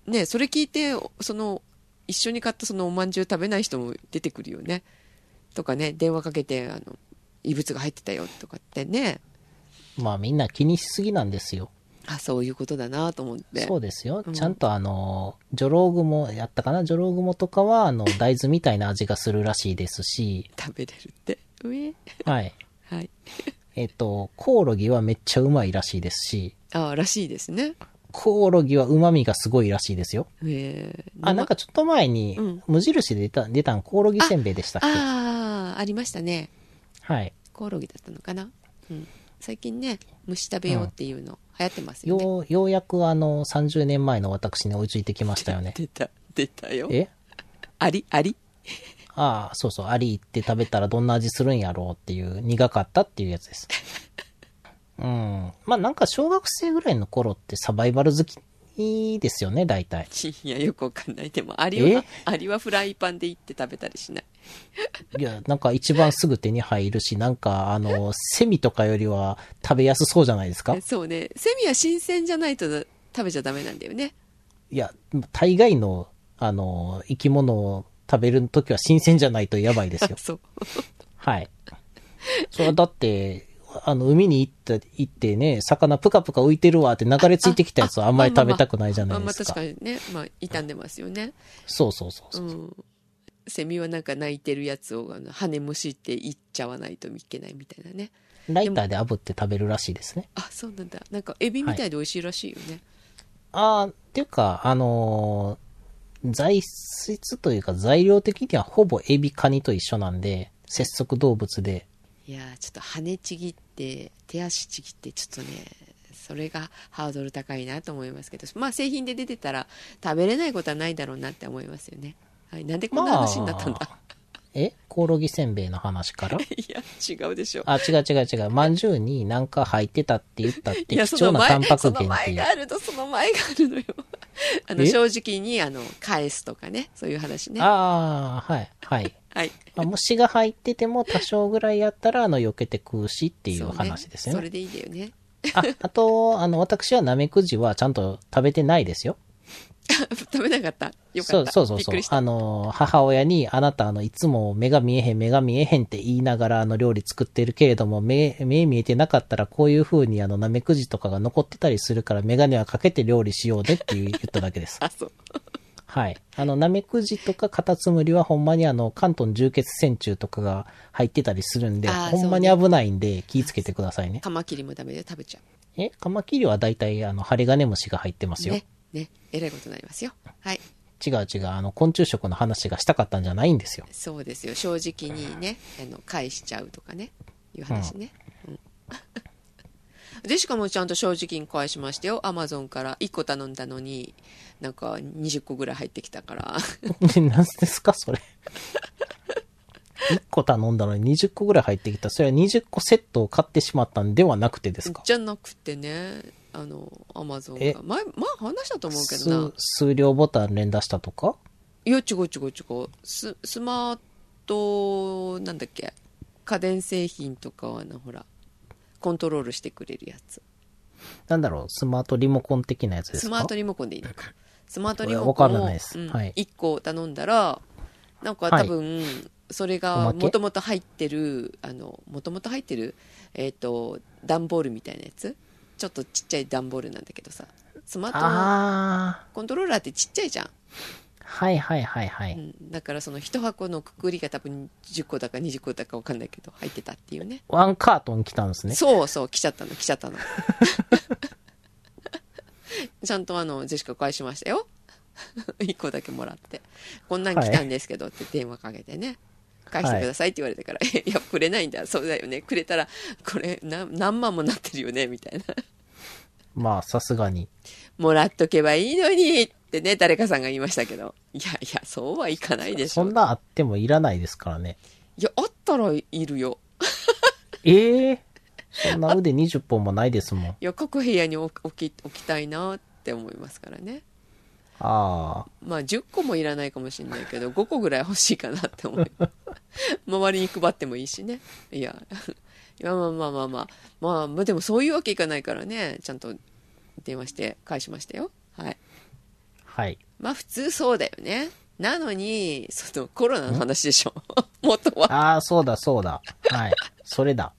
Speaker 1: ね、それ聞いて、その、一緒に買ったそのおまんじゅう食べない人も出てくるよね。とかね、電話かけて、あの、異物が入ってたよとかってね、
Speaker 2: まあみんな気にしすぎなんですよ。
Speaker 1: あ、そういうことだなと思って。
Speaker 2: そうですよ
Speaker 1: う。ん
Speaker 2: ちゃんとあの、ジョロウグモ、やったかなジョロウグモとかは、あの、大豆みたいな味がするらしいですし、
Speaker 1: 食べれるって。うえ
Speaker 2: はい。
Speaker 1: はい。
Speaker 2: えっと、コオロギはめっちゃうまいらしいですし、
Speaker 1: あ、らしいですね。
Speaker 2: コオロギは旨味がすごいらしいですよ。
Speaker 1: うえ
Speaker 2: あ、なんかちょっと前に
Speaker 1: うん、
Speaker 2: 無印で出た、出たんコオロギせんべいでしたっけ
Speaker 1: ああありましたね
Speaker 2: はい。
Speaker 1: コオロギだったのかな、うん、最近ね虫食べようっていうの流行ってますよね、
Speaker 2: よう、ようやくあの、30年前の私に追いついてきましたよね。
Speaker 1: 出た出たよ
Speaker 2: え
Speaker 1: アリアリ
Speaker 2: ああ、そうそう、アリ行って食べたらどんな味するんやろうっていう、苦かったっていうやつです。うん。まあなんか小学生ぐらいの頃ってサバイバル好きですよね、大体。
Speaker 1: いやよくわかんないでもアリは
Speaker 2: え
Speaker 1: アリはフライパンでいって食べたりしない
Speaker 2: いや、なんか一番すぐ手に入るし、なんかあの、セミとかよりは食べやすそうじゃないですか
Speaker 1: えそうねセミは新鮮じゃないと食べちゃダメなんだよね。
Speaker 2: いや、大概の、あの、生き物を食べるときは新鮮じゃないとやばいです よ
Speaker 1: そう
Speaker 2: はい。それはだって、あの、海に行った行ってね、魚プカプカ浮いてるわって流れ着いてきたやつはあんまり食べたくないじゃないですか。
Speaker 1: まあまあ確かにねまあ傷んでますよね
Speaker 2: そうそうそう
Speaker 1: う
Speaker 2: そう。
Speaker 1: んセミはなんか鳴いてるやつをあの羽むしっていっちゃわないといけないみたいなね
Speaker 2: ライターで炙って食べるらしいですね。
Speaker 1: あそうなんだなんかエビみたいで美味しいらしいよね、
Speaker 2: ああ、っていうか、あのー材質というか材料的にはほぼエビカニと一緒なんで、節足動物で。
Speaker 1: い、やーちょっと羽ちぎって手足ちぎってちょっとねそれがハードル高いなと思いますけどまあ製品で出てたら食べれないことはないだろうなって思いますよね、はい、なんでこんな話になったんだ、
Speaker 2: まえコオロギせんべいの話から
Speaker 1: いや違うでしょ
Speaker 2: あ、違う違う違う。まんじゅうになんか入ってたって言ったって、
Speaker 1: い
Speaker 2: 貴
Speaker 1: やその
Speaker 2: 重な
Speaker 1: 前
Speaker 2: タンパク
Speaker 1: その
Speaker 2: 源って
Speaker 1: 前
Speaker 2: いう
Speaker 1: が。あるとその前があるの よあの
Speaker 2: え
Speaker 1: 正直にあの返すとかねそういう話ねは
Speaker 2: ああ、はい、はい。
Speaker 1: い
Speaker 2: まあ、虫が入ってても多少ぐらいやったら、あの、避けて食うしってい
Speaker 1: そうね
Speaker 2: 話で
Speaker 1: そ
Speaker 2: すよ
Speaker 1: れ
Speaker 2: ね。
Speaker 1: でいいんだよね
Speaker 2: あ、あと、あの、私はナメクジはちゃんと食べてないですよ。
Speaker 1: 食べなかったよか
Speaker 2: そ
Speaker 1: っ
Speaker 2: う
Speaker 1: た
Speaker 2: そうそう
Speaker 1: びっ
Speaker 2: そ
Speaker 1: く
Speaker 2: う
Speaker 1: りし。た
Speaker 2: あの、母親に、あなた、あの、いつも目が見えへん、目が見えへんって言いながら、あの、料理作ってるけれども、目、目見えてなかったら、こういう風に、あの、ナメクジとかが残ってたりするから、メガネはかけて料理しようねっていう言っただけ です。
Speaker 1: あそう
Speaker 2: はい。あの、ナメクジとかカタツムリはほんまにあの、関東重血線虫とかが入ってたりするんで、
Speaker 1: あー
Speaker 2: ほんまに危ないんで気ぃつけてくださいね。
Speaker 1: カマキリもダメで食べちゃ
Speaker 2: え、カマキリは大体あの、ハリガネムシが入ってます
Speaker 1: う
Speaker 2: よ。
Speaker 1: ねねえらいことになりますよはい
Speaker 2: 違う違う、あの、昆虫食の話がしたかったんじゃないんですよ。
Speaker 1: そうですよ正直にねあの返しちゃうとかねいう話ね、 うんでしかもちゃんと正直に返しましたよアマゾンから1個頼んだのになんか20個ぐらい入ってきたから
Speaker 2: 何ですか、それ。1個頼んだのに20個ぐらい入ってきた。それは20個セットを買ってしまったんではなくてですか
Speaker 1: じゃなくてねあのアマゾン
Speaker 2: え
Speaker 1: が前前話したと思うけどな
Speaker 2: 数数量ボタン連打したとか
Speaker 1: いや違う違う違うススマートなんだっけ家電製品とかはなほらコントロールしてくれるやつ
Speaker 2: なんだろう、スマートリモコン的なやつですか
Speaker 1: スマートリモコンでいいのかスマートリモコンを
Speaker 2: わからないです
Speaker 1: うん
Speaker 2: はい
Speaker 1: 1個頼んだらなんか多分、それ
Speaker 2: おま
Speaker 1: が
Speaker 2: け
Speaker 1: もともと入ってるあのもともと入ってるえっ、と段ボールみたいなやつちょっとちっちゃい段ボールなんだけどさスマートの
Speaker 2: あ
Speaker 1: コントローラーってちっちゃいじゃん
Speaker 2: ー、はいはいはいはい。
Speaker 1: うん、だからその1箱のくくりが多分10個だか20個だか分かんないけど入ってたっていうね
Speaker 2: ワンカートン来たんですね。
Speaker 1: そうそう来ちゃったの来ちゃったの ちゃんとあのジェシカ返しましたよ1個だけもらってこんなん来たんですけどって電話かけてね、返してくださいって言われたから、えいやくれないんだそうだよねくれたらこれな何万もなってるよねみたいな
Speaker 2: まあ、さすがに。
Speaker 1: もらっとけばいいのにってね誰かさんが言いましたけどいやいやそうはいかないでし
Speaker 2: そ
Speaker 1: ょ
Speaker 2: んなあってもいらないですからね。
Speaker 1: いやあったらいるよ
Speaker 2: ええそんな腕20本もないですもん。
Speaker 1: いや各部屋に置き置き置きたいなって思いますからね
Speaker 2: あ
Speaker 1: まあ10個もいらないかもしれないけど5個ぐらい欲しいかなって思う周りに配ってもいいしねいやいやまあまあまあまあまあまあでもそういうわけいかないからねちゃんと電話して返しましたよはい
Speaker 2: あ、はい。
Speaker 1: まあ普通そうだよねなのにそのコロナの話でしょ元は
Speaker 2: ああ、そうだそうだ。はい。それだ。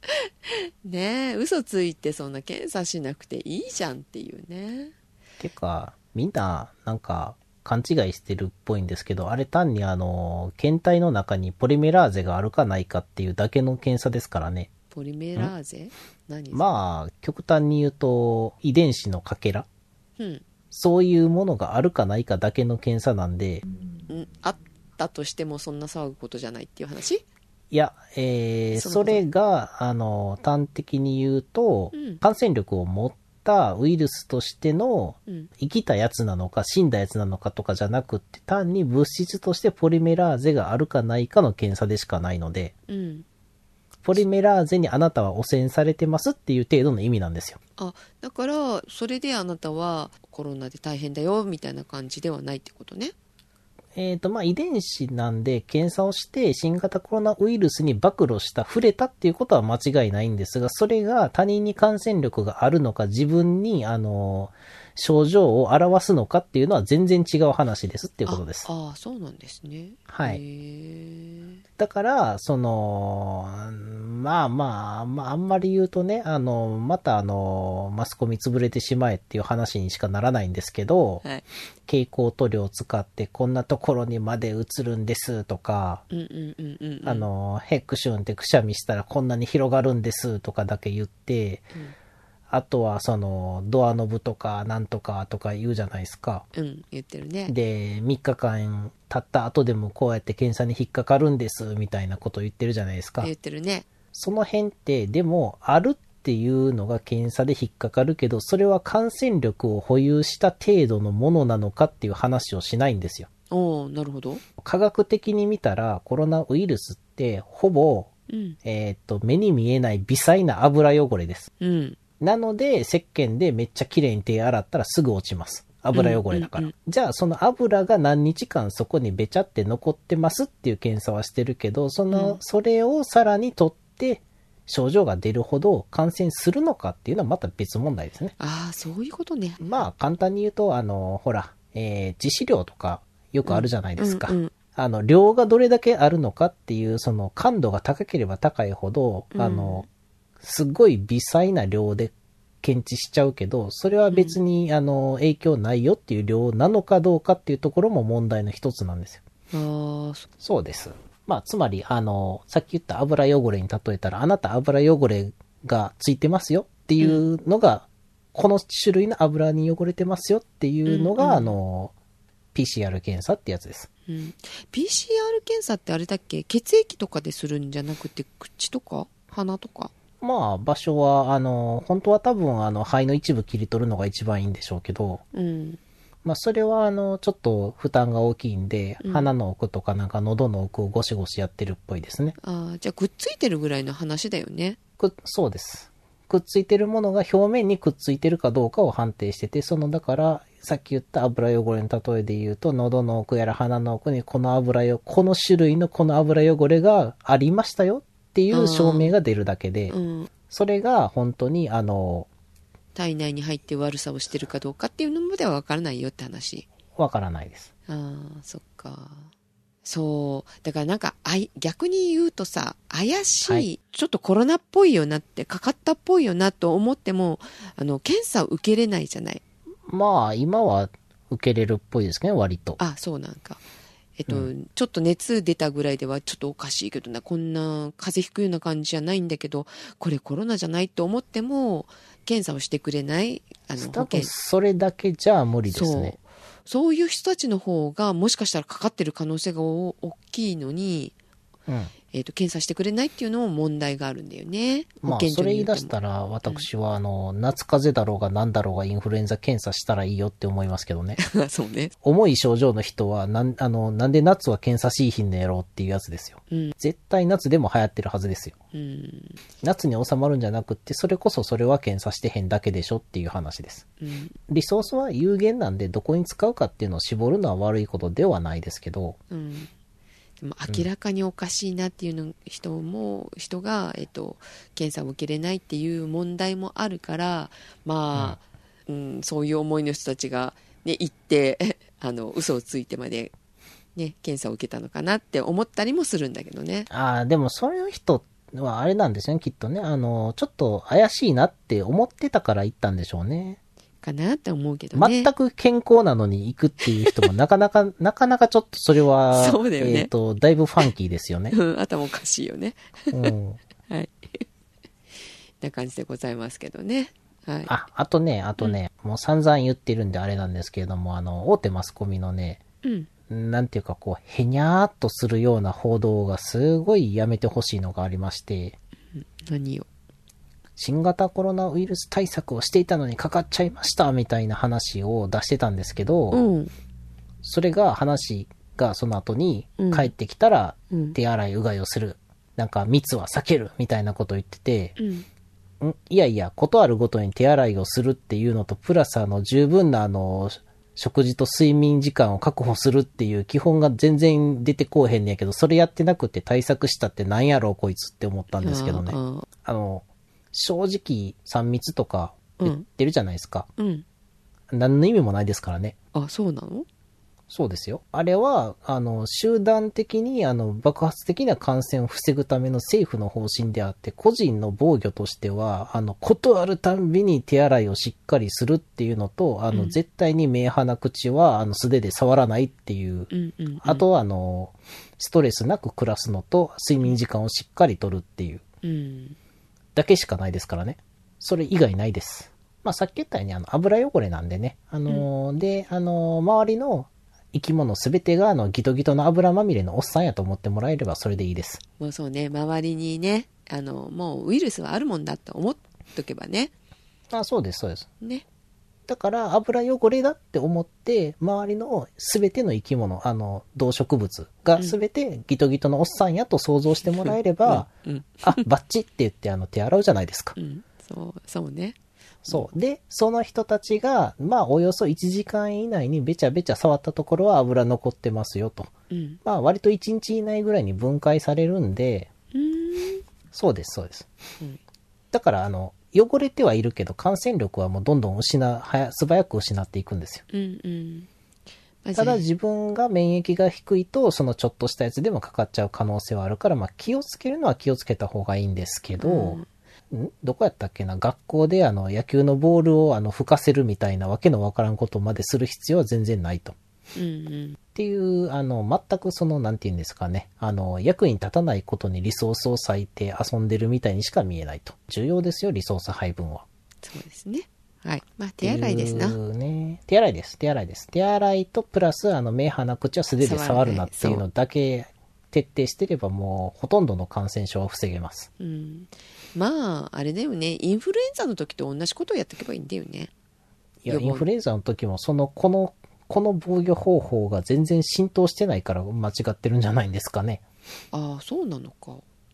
Speaker 1: ねえ嘘ついてそんな検査しなくていいじゃんっていうね
Speaker 2: てか、みんな、なんか、勘違いしてるっぽいんですけど、あれ単にあの、検体の中にポリメラーゼがあるかないかっていうだけの検査ですからね。
Speaker 1: ポリメラーゼ何
Speaker 2: まあ、極端に言うと、遺伝子のかけら
Speaker 1: うん
Speaker 2: そういうものがあるかないかだけの検査なんで、
Speaker 1: んあったとしてもそんな騒ぐことじゃないっていう話
Speaker 2: いや、えー、
Speaker 1: そん
Speaker 2: そ
Speaker 1: なこと
Speaker 2: れが、あの、端的に言うと、
Speaker 1: うん
Speaker 2: 感染力を持ったウイルスとしての、
Speaker 1: うん
Speaker 2: 生きたやつなのか死んだやつなのかとかじゃなくって、単に物質としてポリメラーゼがあるかないかの検査でしかないので、
Speaker 1: うん
Speaker 2: ポリメラーゼにあなたは汚染されてますっていう程度の意味なんですよ。
Speaker 1: あだからそれであなたはコロナで大変だよみたいな感じではないってことね
Speaker 2: えっ、と、まあ、遺伝子なんで、検査をして、新型コロナウイルスに暴露した、触れたっていうことは間違いないんですが、それが他人に感染力があるのか、自分に、あの、症状を表すのかっていうのは全然違う話ですっていうことです。
Speaker 1: ああそうなんですね
Speaker 2: はい
Speaker 1: へえ
Speaker 2: だから、その、まあまあ、まあ、あんまり言うとね、あの、またあの、マスコミ潰れてしまえっていう話にしかならないんですけど、
Speaker 1: はい。
Speaker 2: 蛍光塗料を使ってこんなところにまで映るんですとか、
Speaker 1: うんうんうんうんうん。
Speaker 2: あの、ヘックシュンってくしゃみしたらこんなに広がるんですとかだけ言って、あとはその、ドアノブとかなんとかとか言うじゃないですか。
Speaker 1: うん、言ってるね。
Speaker 2: で、3日間経った後でもこうやって検査に引っかかるんですみたいなこと言ってるじゃないですか
Speaker 1: 言。ってるね。
Speaker 2: その辺って、でも、あるっていうのが検査で引っかかるけど、それは感染力を保有した程度のものなのかっていう話をしないんですよ。
Speaker 1: おおなるほど。
Speaker 2: 科学的に見たら、コロナウイルスって、ほぼ、
Speaker 1: うん。
Speaker 2: えーっと、目に見えない微細な油汚れです。
Speaker 1: うん。
Speaker 2: なので、石鹸でめっちゃ綺麗に手洗ったらすぐ落ちます。油汚れだから。
Speaker 1: うんうん
Speaker 2: じゃあ、その油が何日間そこにべちゃって残ってますっていう検査はしてるけど、その、
Speaker 1: うん
Speaker 2: それをさらに取って、症状が出るほど感染するのかっていうのはまた別問題ですね。
Speaker 1: ああ、そういうことね。
Speaker 2: まあ、簡単に言うと、あの、ほら、えー致死量とかよくあるじゃないですか。
Speaker 1: うんうん
Speaker 2: あの、量がどれだけあるのかっていう、その感度が高ければ高いほど、
Speaker 1: うん
Speaker 2: あの、すごい微細な量で検知しちゃうけど、それは別に、あの、影響ないよっていう量なのかどうかっていうところも問題の一つなんですよ。
Speaker 1: ああ、そ
Speaker 2: そうです。まあ、つまり、あの、さっき言った油汚れに例えたら、あなた油汚れがついてますよっていうのが、この種類の油に汚れてますよっていうのが、
Speaker 1: うんうん
Speaker 2: あの、PCR 検査ってやつです。
Speaker 1: うん。PCR 検査ってあれだっけ血液とかでするんじゃなくて、口とか鼻とか
Speaker 2: まあ、場所は、あの、本当は多分、あの、肺の一部切り取るのが一番いいんでしょうけど、
Speaker 1: うん。
Speaker 2: まあ、それは、あの、ちょっと負担が大きいんで、
Speaker 1: うん
Speaker 2: 鼻の奥とかなんか喉の奥をゴシゴシやってるっぽいですね。
Speaker 1: ああ、じゃあくっついてるぐらいの話だよね。
Speaker 2: く、そうです。くっついてるものが表面にくっついてるかどうかを判定してて、その、だから、さっき言った油汚れの例えで言うと、喉の奥やら鼻の奥にこの油よ、この種類のこの油汚れがありましたよっていう証明が出るだけで
Speaker 1: う、ん。
Speaker 2: それが本当に、あの、
Speaker 1: 体内に入って悪さをしてるかどうかっていうのまでは分からないよって話。
Speaker 2: わからないです。
Speaker 1: ああ、そっか。そう。だからなんか、あい、逆に言うとさ、怪しい,、
Speaker 2: はい
Speaker 1: ちょっとコロナっぽいよなって、かかったっぽいよなと思っても、あの、検査を受けれないじゃない。
Speaker 2: まあ、今は受けれるっぽいですね、割と。
Speaker 1: あ、そうなんか。えっと、ちょっと熱出たぐらいではちょっとおかしいけどな、こんな風邪ひくような感じじゃないんだけど、これコロナじゃないと思っても、検査をしてくれない、あの、
Speaker 2: 多
Speaker 1: 保
Speaker 2: 分、
Speaker 1: 健
Speaker 2: それだけじゃ無理ですね。
Speaker 1: そうそういう人たちの方がもしかしたらかかってる可能性がお大きいのに、
Speaker 2: うん。
Speaker 1: えー、と検査してくれないっていうのも問題があるんだよね
Speaker 2: まあ、それ言い出したら、私は、あの、夏風邪だろうが何だろうがインフルエンザ検査したらいいよって思いますけ どね。
Speaker 1: らそうね
Speaker 2: 重い症状の人は、なん、あの、なんで夏は検査しいひんのやろうっていうやつですよ。
Speaker 1: うん
Speaker 2: 絶対夏でも流行ってるはずですよ。
Speaker 1: うん
Speaker 2: 夏に収まるんじゃなくって、それこそそれは検査してへんだけでしょっていう話です。
Speaker 1: うん
Speaker 2: リソースは有限なんで、どこに使うかっていうのを絞るのは悪いことではないですけど、
Speaker 1: うんでも明らかにおかしいなっていうの人も人が、えー、と検査を受けれないっていう問題もあるからまあ、うんそういう思いの人たちが、ね、行って あの嘘をついてまで、ね、検査を受けたのかなって思ったりもするんだけどね。
Speaker 2: ああ、でもそういう人はあれなんですよね、きっとね。あの、ちょっと怪しいなって思ってたから行ったんでしょうね。
Speaker 1: かなって思うけどね。
Speaker 2: 全く健康なのに行くっていう人もなかなか、 なかなかちょっとそれは、
Speaker 1: そうだよね
Speaker 2: えっ、と、だいぶファンキーです よね。
Speaker 1: うん頭おかしいよね。
Speaker 2: うん。
Speaker 1: はい。 な感じでございますけどね。はい。
Speaker 2: あ、あとね、あとね、もう散々言ってるんであれなんですけれども、あの、大手マスコミのね、
Speaker 1: うん。
Speaker 2: なんていうかこう、へにゃーっとするような報道がすごいやめてほしいのがありまして、
Speaker 1: 何を。
Speaker 2: 新型コロナウイルス対策をしていたのにかかっちゃいましたみたいな話を出してたんですけど、
Speaker 1: うん。
Speaker 2: それが話がその後に
Speaker 1: うん
Speaker 2: 帰ってきたら
Speaker 1: うん。
Speaker 2: 手洗いうがいをする。なんか密は避けるみたいなことを言ってて、
Speaker 1: うん。
Speaker 2: んいやいや、ことあるごとに手洗いをするっていうのと、プラスあの十分なあの、食事と睡眠時間を確保するっていう基本が全然出てこうへんねやけど、それやってなくて対策したってなんやろうこいつって思ったんですけどね
Speaker 1: あ。ー
Speaker 2: あの、正直、3密とか言ってるじゃないですか。
Speaker 1: うん。
Speaker 2: 何の意味もないですからね。
Speaker 1: あ、そうなの
Speaker 2: そうですよ。あれは、あの、集団的に、あの、爆発的な感染を防ぐための政府の方針であって、個人の防御としては、あの、ことあるたんびに手洗いをしっかりするっていうのと、あの、
Speaker 1: うん
Speaker 2: 絶対に目鼻口は、あの、素手で触らないっていう、
Speaker 1: うんうんうん
Speaker 2: あとは、あの、ストレスなく暮らすのと、睡眠時間をしっかりとるっていう。
Speaker 1: うん
Speaker 2: だけしかないですからね。それ以外ないです。まあさっき言ったようにあの油汚れなんでね。あのーで、あのー周りの生き物すべてがあのギトギトの油まみれのおっさんやと思ってもらえればそれでいいです。
Speaker 1: もうそうね周りにねあのもうウイルスはあるもんだと思っとけばね
Speaker 2: あ、そうです、そうです。
Speaker 1: ね
Speaker 2: だから油汚れだって思って、周りのすべての生き物、あの、動植物がすべてギトギトのおっさんやと想像してもらえれば、
Speaker 1: うん
Speaker 2: あ、バッチって言ってあの手洗うじゃないですか
Speaker 1: う。んそうそうね
Speaker 2: そう。で、その人たちが、まあ、およそ1時間以内にべちゃべちゃ触ったところは油残ってますよと。
Speaker 1: うん
Speaker 2: まあ、割と1日以内ぐらいに分解されるんで、
Speaker 1: うーん
Speaker 2: そうです、そうです。
Speaker 1: うん
Speaker 2: だから、あの、汚れてはいるけど、感染力はもうどんどん失、はや素早く失っていくんですよ。
Speaker 1: うんうんまあ
Speaker 2: た
Speaker 1: じ
Speaker 2: だ
Speaker 1: ゃ
Speaker 2: 自分が免疫が低いと、そのちょっとしたやつでもかかっちゃう可能性はあるから、まあ気をつけるのは気をつけた方がいいんですけど、んどこやったっけな学校であの野球のボールをあの吹かせるみたいなわけのわからんことまでする必要は全然ないと。っ
Speaker 1: あうんうん
Speaker 2: ていう、あの、全くその、なんて言うんですかね。あの、役に立たないことにリソースを割いて遊んでるみたいにしか見えないと。重要ですよ、リソース配分は。
Speaker 1: そうですねはいまあ手洗いですな
Speaker 2: っていうね。手洗いです、手洗いです。手洗いとプラス、あの、目、鼻、口は素手で触るなっていうのだけ徹底してればもう、ほとんどの感染症は防げます。
Speaker 1: うん、まああれだよねインフルエンザの時と同じことをやっておけばいいんだよね
Speaker 2: いや、
Speaker 1: 予防
Speaker 2: インフルエンザの時も、その、この、この防御方法が全然浸透してないから間違ってるんじゃないんですかね。
Speaker 1: ああそうなのか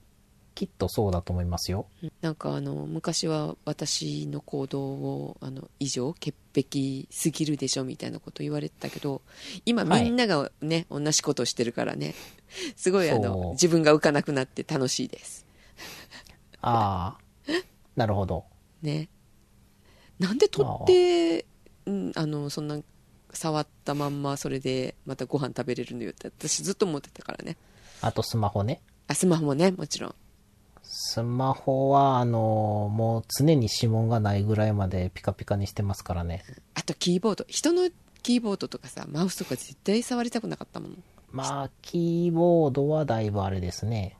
Speaker 2: きっとそうだと思いますよ。
Speaker 1: なんかあの昔は私の行動をあの以上潔癖すぎるでしょみたいなこと言われてたけど今
Speaker 2: は
Speaker 1: み
Speaker 2: い
Speaker 1: んながね、同じことをしてるからねすごいあ
Speaker 2: そう
Speaker 1: の自分が浮かなくなって楽しいです
Speaker 2: ああ。なるほど。
Speaker 1: ねなんで取ってうんあのそんな触ったまんまそれでまたご飯食べれるのよって私ずっと思ってたからね
Speaker 2: あとスマホね。
Speaker 1: あスマホもねもちろん
Speaker 2: スマホは、あの、もう常に指紋がないぐらいまでピカピカにしてますからね。
Speaker 1: あとキーボード人のキーボードとかさマウスとか絶対触りたくなかったもん
Speaker 2: まあ、キーボードはだいぶあれですね。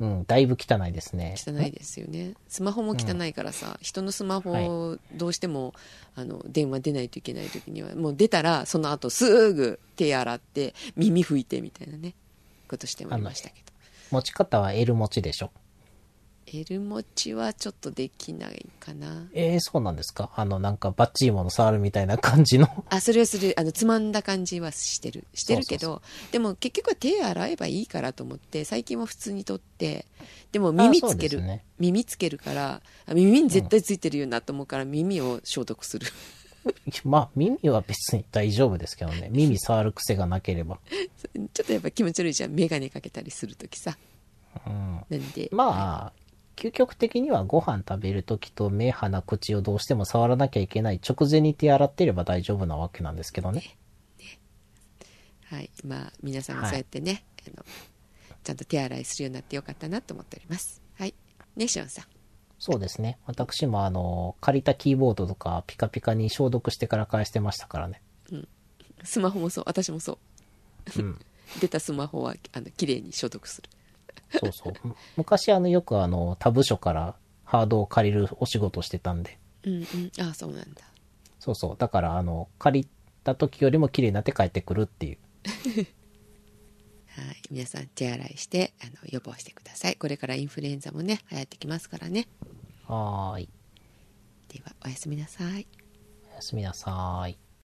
Speaker 2: うん、だいぶ汚いですね。
Speaker 1: 汚いですよねスマホも汚いからさ、人のスマホをどうしても、あの電話出ないといけない時にはもう出たらその後すぐ手洗って耳拭いてみたいなねことしてもいましたけど
Speaker 2: 持ち方は L 持ちでしょ。
Speaker 1: L 持ちはちょっとできないかな
Speaker 2: ええそうなんですかあの、なんかバッチリもの触るみたいな感じの。
Speaker 1: あそれはするあのつまんだ感じはしてるしてるけど
Speaker 2: そ
Speaker 1: でも結局は手洗えばいいからと思って最近は普通に取ってでも耳
Speaker 2: あそ
Speaker 1: つ
Speaker 2: う
Speaker 1: け
Speaker 2: で
Speaker 1: る、
Speaker 2: すね
Speaker 1: 耳つけるからあ耳に絶対ついてるよなと思うから耳を消毒する、
Speaker 2: まあ、耳は別に大丈夫ですけど ね。耳触る癖がなければ。
Speaker 1: ちょっとやっぱ気持ち悪いじゃん眼鏡かけたりするときさ
Speaker 2: うん。
Speaker 1: なんで
Speaker 2: まあ、究極的にはご飯食べるときと目、鼻、口をどうしても触らなきゃいけない直前に手洗ってれば大丈夫なわけなんですけどね。
Speaker 1: はいまあ皆さんもそうやってね、あのちゃんと手洗いするようになってよかったなと思っておりますはいねしおんさん
Speaker 2: そうですね。私もあの、借りたキーボードとかピカピカに消毒してから返してましたから ね。
Speaker 1: スマホもそう私もそう
Speaker 2: うん。
Speaker 1: 出たスマホはあの綺麗に消毒する
Speaker 2: そうそう。む昔あの、よくあの、他部署からハードを借りるお仕事してたんで。
Speaker 1: うんうんああそうなんだ
Speaker 2: そうそう。だからあの、借りた時よりも綺麗になって帰ってくるっていう。
Speaker 1: はい皆さん手洗いしてあの予防してくださいこれからインフルエンザもね流行ってきますからね
Speaker 2: はーい。
Speaker 1: ではおやすみなさい
Speaker 2: おやすみなさーい。